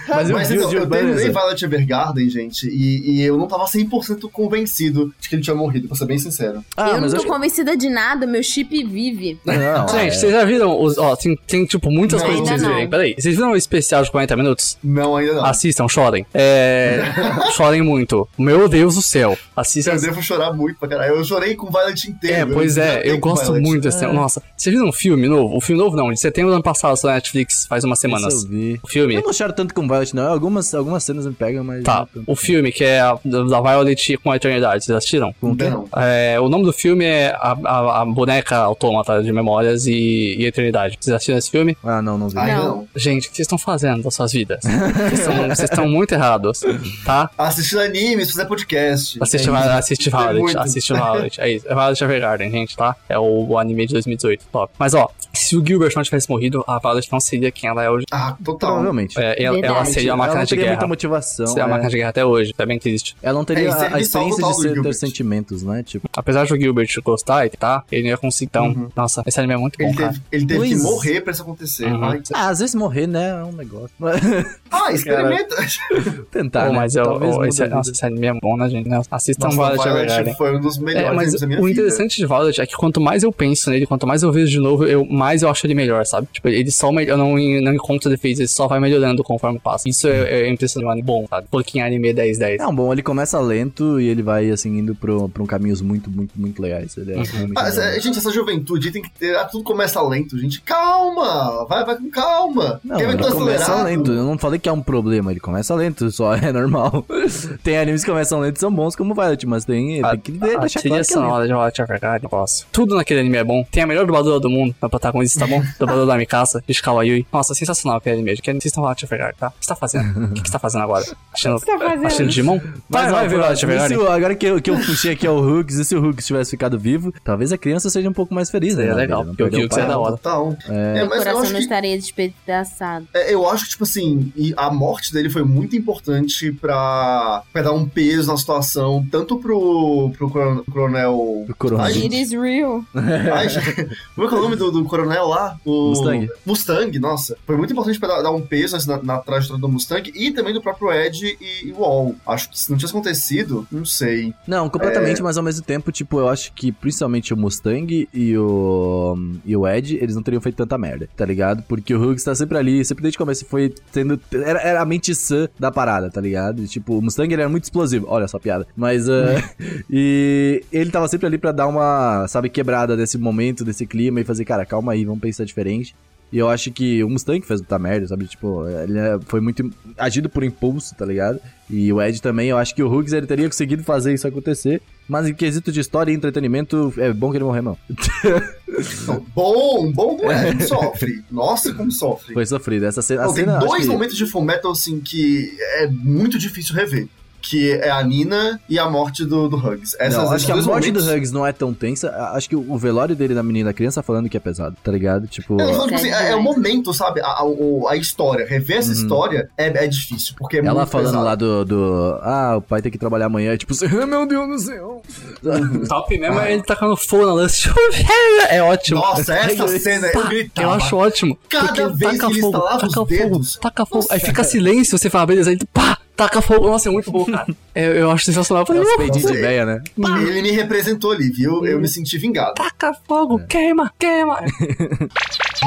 Mas o
Mas então,
Hughes de
eu terminei
Urbanza.
Violet Evergarden, gente, e, e eu não tava 100% convencido de que ele tinha morrido, pra ser bem sincero.
Ah,
eu não
mas
tô
acho que.
convencida de nada, meu chip vive.
Não,
Gente,
é.
vocês já viram os. Ó, tem, tem, tipo muitas
Não,
coisas pra
ainda
vocês
não.
verem. Peraí, vocês viram o especial de 40 minutos?
Não, ainda não.
Assistam, chorem. É. chorem muito. Meu Deus do céu. Assistam.
eu devo chorar muito pra caralho. Eu chorei com Violet inteiro.
É, pois
eu
é,
chorei
eu
com
gosto
Violet.
muito desse tema. Nossa, vocês viram um filme novo? O filme novo não, de setembro do ano passado, só na Netflix, faz umas
Esse
semanas.
eu vi.
O filme.
Eu não choro tanto com Violet, não. Algumas, algumas cenas me pegam, mas.
Tá,
não tanto. assim.
o filme que é a, da Violet com a Eternidade, vocês assistiram?
Com quem?
Não.
É, o nome do filme é A, a- a Boneca Autômata de Memórias e, e Eternidade. Vocês assistiram esse filme?
Ah, não, não vi.
Ainda
Não.
não.
Gente, o que vocês estão fazendo das suas vidas? Vocês estão- Vocês estão muito errados, tá?
Assistir anime, fazer podcast.
Assiste,
É
Va-
isso.
assiste Violet,
muito.
assiste Violet. É isso, é Violet Evergarden, gente, tá? É o, o anime de 2018, top. Mas ó, se o Gilbert não tivesse morrido, a Violet não seria quem ela é hoje.
Ah, total.
Provavelmente.
É, ela,
Verdade.
ela seria a máquina
ela não
de
teria
guerra.
muita motivação.
Seria a
é.
máquina de guerra até hoje, é bem triste.
Ela não
É,
teria
isso é
a, a
ele salva
experiência
o
de
tal do
ser, ter
Gilbert.
sentimentos, né? Tipo,
Apesar do Gilbert gostar, tá? Ele não ia conseguir, então.
Uhum.
Nossa, esse anime é muito bom,
Ele
cara.
teve, ele teve que
Pois.
morrer pra isso acontecer.
Uhum.
Ai,
ah, às vezes morrer, né? É um negócio.
Ah, experimenta.
Tentar,
Pô,
né?
Tá, mas eu,
Talvez mude
esse,
a vida.
nossa, esse anime é bom, né, gente? Nossa, Assistam
Nossa,
Violet
Violet
Evergarden.
foi um dos melhores
É, mas
animes da minha
o
vida.
interessante de Violet é que quanto mais eu penso nele, quanto mais eu vejo de novo, eu mais eu acho ele melhor, sabe? Tipo, ele só melhor, eu não, não encontro defeitos, ele só vai melhorando conforme passa. Isso é, é impressionante, bom, sabe? Porque em anime é 10-10.
Não, bom, ele começa lento e ele vai, assim, indo pro- pra um caminhos muito, muito, muito legais.
Uhum.
Ele é realmente
Ah,
legal.
essa- gente, essa juventude tem que ter. ah, tudo começa lento, gente. Calma! Vai, vai com calma!
Não,
Quem vai
ele
tão
começa
tá acelerado?
lento. Eu não falei que é um problema, ele começa lento, só é normal. tem animes que começam lento e são bons como Violet, mas tem, tem que
A
deixar claro
trilha
que é lento.
sonora de Violet Evergarden, nossa. Tudo naquele anime é bom. Tem a melhor dubladora do mundo, na protagonista, tá bom? dubladora da Mikasa, de Kawaiui. Nossa, sensacional aquele anime. Que assistam Violet Evergarden, tá? O que você tá fazendo? O que que você tá fazendo agora? Achando,
você tá fazendo?
achando Digimon?
Mas
Vai,
ó,
vai
Fran,
ver Violet é
e se
Evergarden.
o- agora que eu, que eu puxei aqui é o Hughes, e se o Hughes tivesse ficado vivo, talvez a criança seja um pouco mais feliz, né?
Seria
na
legal,
vida, não
porque
perdeu
o Hughes
pai. né?
é da hora.
Então, é,
Meu
mas eu
coração
acho
não
que
estaria despedaçado.
Tá,
É, Eu acho que, tipo assim, e a morte dele foi muito importante pra, pra dar um peso na situação, tanto pro, pro coron- coronel.
O coronel.
Ai, gente.
It is real.
Ai, gente, como é que é o nome do, do coronel? anel lá, o
Mustang.
Mustang, nossa. Foi muito importante pra dar, dar um peso assim, na, na trajetória do Mustang e também do próprio Ed e, e Wall. Acho que se não tivesse acontecido, não sei.
Não, completamente, mas ao mesmo tempo, tipo, eu acho que principalmente o Mustang e o e o Ed, eles não teriam feito tanta merda, tá ligado? Porque o Huggs tá sempre ali, sempre desde o começo foi tendo era, era a mente sã da parada, tá ligado? E, tipo, o Mustang ele era muito explosivo, olha só a piada. Mas eh, e ele tava sempre ali pra dar uma, sabe, quebrada desse momento, desse clima e fazer, cara, calma aí, vamos pensar diferente. E eu acho que o Mustang fez muita merda, sabe? Tipo, ele eh, foi muito im- agido por impulso, tá ligado? E o Ed também, eu acho que o Huggs ele teria conseguido fazer isso acontecer. Mas em quesito de história e entretenimento, é bom que ele morreu, não.
Não, bom, bom não é, não sofre. Nossa, como sofre.
Foi sofrido. Essa cena. a
Não, tem
cena, acho
dois
que-
momentos de Full Metal, assim, que é muito difícil rever. Que é a Nina e a morte do, do Hugs. Essas,
Não, acho que a
dois
morte
momentos...
do Huggs não é tão tensa. a- Acho que o o velório dele da menina da criança falando que é pesado, tá ligado? Tipo.
É, eu falo, tipo assim, é, é o
Sério,
momento, sabe? A, a, o- a história. Rever essa
Uhum.
história é, é difícil, porque é
Ela
muito
falando
pesado.
lá do, do. Ah, o pai tem que trabalhar amanhã. é Tipo assim, "Ah, meu Deus do céu.
Top mesmo é ele tacando fogo na lança. É ótimo.
Nossa, essa cena, eu
Pá,
gritava.
Eu acho ótimo.
Cada
porque ele
vez
taca
que ele
fogo,
estalava
taca
os
fogo,
dedos.
taca fogo. Aí
Nossa. é.
fica silêncio, você fala, beleza, aí tu pá, taca fogo. Nossa, é muito bom, cara. É, eu acho sensacional. Eu
É
falei,
os
"Uh,
peidinhos de
Nossa.
véia, né?
Ele me representou ali, viu? Eu me senti vingado.
taca fogo,
É.
queima, queima.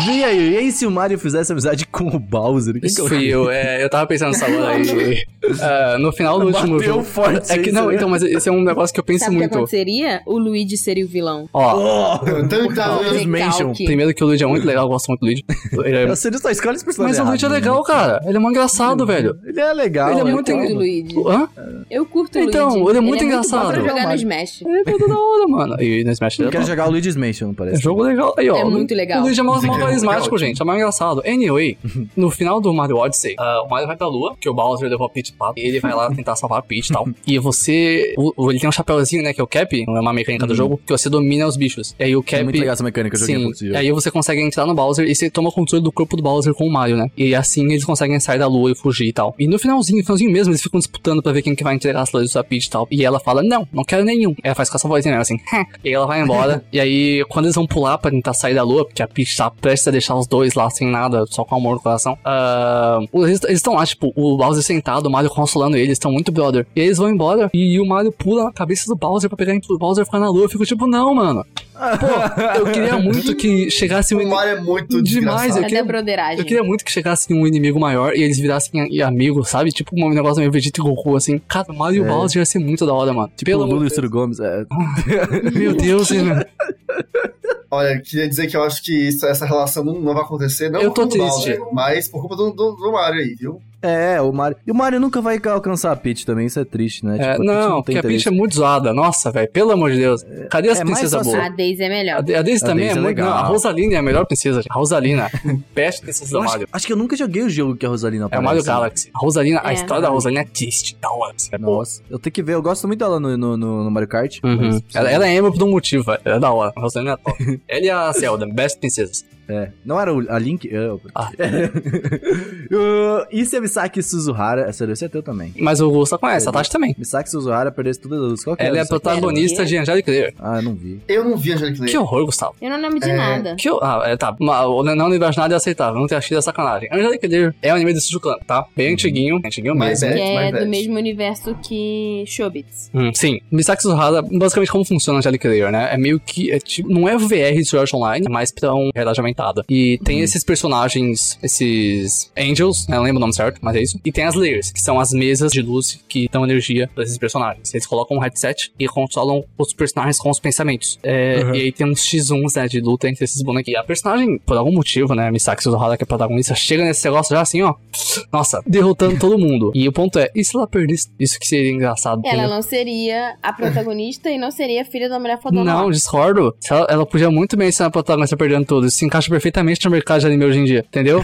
E aí, e aí se o Mario fizesse amizade com o Bowser? Quem que
Isso fui eu, é, eu tava pensando nessa hora aí. Ah, no final do último
Bateu
jogo.
forte,
É que
hein,
não,
senhor?
então, mas esse é um negócio que eu penso
Sabe o que
muito.
aconteceria? O Luigi seria o vilão.
Ó,
Oh,
Então, Tanta-
Talvez
Recalque.
mention.
primeiro que o Luigi é muito legal, eu gosto muito do Luigi. Ele é-
você só escolhe esse personagem.
Mas o Luigi é
errado,
né?
legal, cara. Ele é mó engraçado, velho.
né? Ele é legal.
Ele é
Eu
muito
curto o
engraçado.
Luigi.
Hã?
Eu curto o
Então,
Luigi.
ele é muito engraçado.
bom pra jogar no
Mas-
Smash.
Ele é tudo da hora, mano. E no Smash
Eu
ele é
quero
top.
jogar o Luigi's Mansion,
É
parece.
jogo legal. Aí, ó,
É
o-
muito legal.
O Luigi é mó
Música
mó
é muito
carismático,
legal.
gente. É mais engraçado. Anyway, no final do Mario Odyssey, ah, o Mario vai pra lua, que o Bowser levou a Peach pra e ele vai lá tentar salvar a Peach e tal. E você. o- o- ele tem um chapéuzinho, né? Que é o Cap, é uma mecânica do jogo, que você domina os bichos. E aí o Cap.
Uhum. É muito legal essa mecânica, eu joguei um
Sim, é,
pouco desse jogo.
aí você consegue entrar no Bowser e você toma controle do corpo do Bowser com o Mario, né? E assim eles conseguem sair da lua e fugir e tal. E no finalzinho, no finalzinho mesmo, eles ficam disputando pra ver quem que vai entregar as flores do Peach e tal. E ela fala, não, não quero nenhum. Ela faz com essa vozinha dela, assim, "Hã". e ela vai embora. e aí, quando eles vão pular pra tentar sair da lua, porque a Peach tá prestes a deixar os dois lá sem nada, só com amor no coração, ah, eles eles estão lá, tipo, o Bowser sentado, o Mario consolando eles, estão muito brother. E aí eles vão embora e o Mario pula na cabeça do Bowser pra pegar o Bowser e ficar na lua. Eu fico tipo, não, mano. Pô, eu queria muito que chegasse um
O Mario é muito
Demais,
desgraçado.
Eu
Até
queria-
broderagem.
eu queria muito que chegasse um inimigo maior e eles virassem a- amigos, sabe? Tipo um negócio meio Vegeta e Goku, assim. Cara, Mario e
É.
Bowser ia ser muito da hora, mano.
Tipo, o Lula e o Ciro Gomes. É,
Meu Deus, hein, mano.
Olha, eu queria dizer que eu acho que isso- essa relação não, não vai acontecer, não
Eu
por
tô
culpa do
triste.
Bowser, mas por culpa do, do, do Mario aí, viu?
É, o Mario. E o Mario nunca vai alcançar a Peach também, isso é triste, né?
É,
Tipo, a Peach
não, porque a Peach é muito zoada. Nossa, velho, pelo amor de Deus. Cadê as
é mais
princesas
fácil-
boas?
A Daisy é
A
melhor.
De- a Daisy
A
também
Daisy
é
é
muito. Não,
legal.
a Rosalina é a melhor princesa. gente. A Rosalina, best princesa do
Eu acho,
Mario.
acho que eu nunca joguei o jogo que a Rosalina
É o
aparece. né?
Mario Galaxy. A Rosalina, a
É.
história da Rosalina é triste, da hora. assim, É boa.
Nossa, eu tenho que ver, eu gosto muito dela no, no, no- no Mario Kart.
Uhum.
mas-
Ela, ela é emo por um motivo, velho. Ela é da hora. A Rosalina é top. ela e a Zelda, best princesas.
É. Não era o- a Link? Eu...
Ah.
Uh, e se a Misaki Suzuhara. é Essa deve ser teu também.
Mas o Gusta conhece, a Tati também.
Misaki Suzuhara perdesse todas as luzes. Qual que
Ela é
era
a
essa?
protagonista de Angelic Layer.
Ah, eu não vi.
Eu não vi Angelic
Que
Layer.
horror, Gustavo.
Eu não lembro de
É.
nada.
Que eu, ah, é, tá. ma- o Não imaginar é aceitável, não ter achado é sacanagem. Angelic Layer é um anime do Studio Clan, tá?
Uhum.
Bem antiguinho, antiguinho
Mas
mesmo.
Que
é,
é
mais
do
velho.
mesmo universo que Shobits.
Hum, sim, Misaki Suzuhara, basicamente como funciona Angelic Layer, né? É meio que, é tipo, não é VR de Sword Art Online, é mais pra um realidade aumentada. E tem esses personagens, esses Angels, né? não lembro o nome certo, mas é isso. E tem as Layers, que são as mesas de luz que dão energia pra esses personagens. Eles colocam um headset e controlam os personagens com os pensamentos. É, E aí tem uns X1s, né, de luta entre esses bonequinhos. A personagem, por algum motivo, né, Misaki Suzuhara, que é a protagonista, chega nesse negócio já assim, ó, nossa, derrotando todo mundo. E o ponto é, e se ela perdesse? Isso que seria engraçado.
Ela
entendeu?
não seria a protagonista e não seria a filha da mulher fodona.
Não,
lá.
discordo. Se Ela, ela podia muito bem ser uma protagonista perdendo tudo. Isso se encaixa perfeitamente no mercado de anime hoje em dia, entendeu?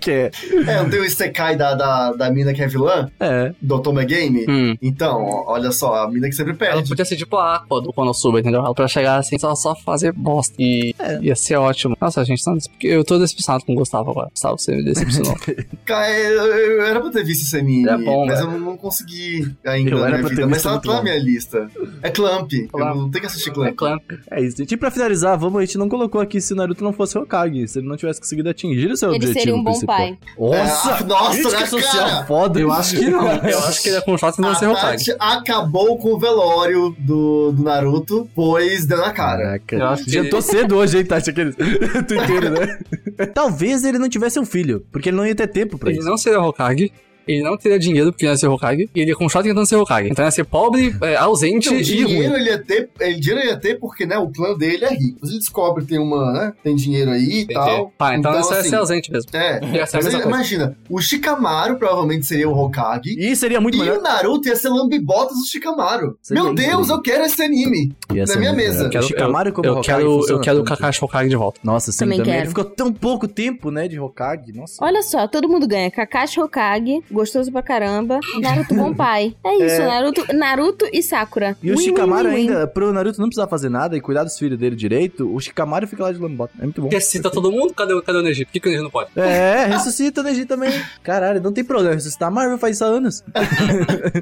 que é.
É, não tem o Isekai da, da, da mina que é vilã,
É.
do Otome Game?
Hum.
Então, ó, olha só, a mina que sempre
Ela
perde.
podia ser tipo a Aqua do Konosuba, entendeu? Ela pra chegar assim, só, só fazer bosta. E ia ser ótimo. Nossa, gente, tá despe- eu tô decepcionado com o Gustavo agora. Gustavo, você me decepcionou.
Cara, eu, é, eu era pra ter visto esse anime,
Era bom,
mas
velho.
eu não consegui ainda
É Eu
na
era
minha
pra ter
vida. Mas
visto
tá,
muito
tá na
bom.
minha lista. É Clamp. Eu
Clamp.
não tenho que assistir
é
Clamp.
clã.
É isso, gente. E pra finalizar, vamos, a gente não colocou aqui se o Naruto não fosse Hokage, se ele não tivesse conseguido atingir o seu
Ele
objetivo
seria um bom
principal.
pai.
Nossa,
É, nossa,
crítica
né,
social
cara?
foda.
Eu acho que não. Eu acho que ele é com fato de não
A
ser Hokage.
Tati acabou com o velório do, do Naruto, pois deu na cara.
Caraca.
Eu acho que-
Já tô cedo hoje, hein, Tati? Aqueles tuiteiros, né? Talvez ele não tivesse um filho, porque ele não ia ter tempo
tá.
pra
Ele
isso.
não seria Hokage. Ele não teria dinheiro porque ele ia ser Hokage. E ele ia com chato tentando ser Hokage. Então ia ser pobre, é, ausente
Então, o
e
dinheiro
ruim.
ele ia ter, ele, dinheiro ele ia ter porque, né, o clã dele é rico. Mas ele descobre que tem uma, né, tem dinheiro aí e tal.
Tá, então,
Então,
isso ia
assim,
ser ausente mesmo.
É.
Ia ser a
Mas
mesma
ele-
coisa.
imagina, o Shikamaru provavelmente seria o Hokage.
E seria muito
E
melhor.
o Naruto ia ser lambibotas do Shikamaru.
Seria
Meu Deus,
incrível.
eu quero esse anime.
Ia ser
minha
muito
mesa.
melhor.
Eu
quero-
Shikamaru como
eu
Hokage
quero, eu
funciona
quero o
tanto.
Kakashi Hokage de volta.
Nossa, sim,
Também
também,
quero.
Ele ficou tão pouco tempo, né, de Hokage. Nossa.
Olha só, todo mundo ganha. Kakashi Hokage, gostoso pra caramba. Naruto bom pai. É isso, Naruto, Naruto e Sakura.
E o
Win,
Shikamaru
win, win, win.
ainda, pro Naruto não precisar fazer nada e cuidar dos filhos dele direito, o Shikamaru fica lá de lambota. É muito bom.
Ressuscita tá todo mundo? Cadê, o- cadê o Neji? Por que, que o Neji não pode?
É, ressuscita o Neji também. Caralho, não tem problema ressuscitar. A Marvel faz isso há anos.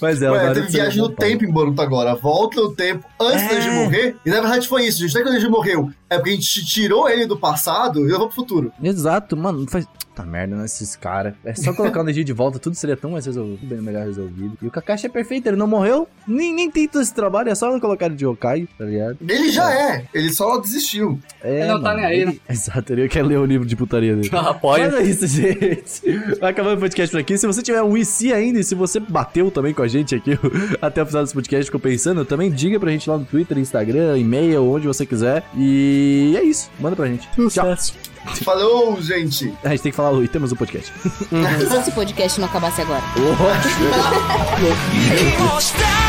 Mas
Então,
é, o
Ué,
Naruto...
teve
seria
viagem
bom
no
pai.
tempo em Boruto agora. Volta no tempo antes
É.
do Neji morrer. E na verdade foi isso, gente. Não é que o Neji morreu. É porque a gente tirou ele do passado e levou pro futuro.
Exato, mano. Faz... Tá merda, né? Esses caras. É só colocar o Neji de volta, tudo seria tão mais resolvido, bem melhor resolvido. E o Kakashi é perfeito, ele não morreu, nem, nem tem todo esse trabalho, é só não colocar ele de Hokage, tá ligado?
Ele já é. Ele só desistiu.
É,
Ele não tá
mano,
nem aí,
ele- Exato, ele quer ler o livro de putaria dele.
Apoia.
Mas é isso, gente. Vai acabando o podcast por aqui. Se você tiver um IC ainda e se você bateu também com a gente aqui até o final desse podcast, ficou pensando, também diga pra gente lá no Twitter, Instagram, e-mail, onde você quiser. E é isso. Manda pra gente. Tchau.
Falou, gente.
A gente tem que falar, Lu, e temos o podcast.
E se esse podcast não acabasse agora?
Oh.
He won't stop.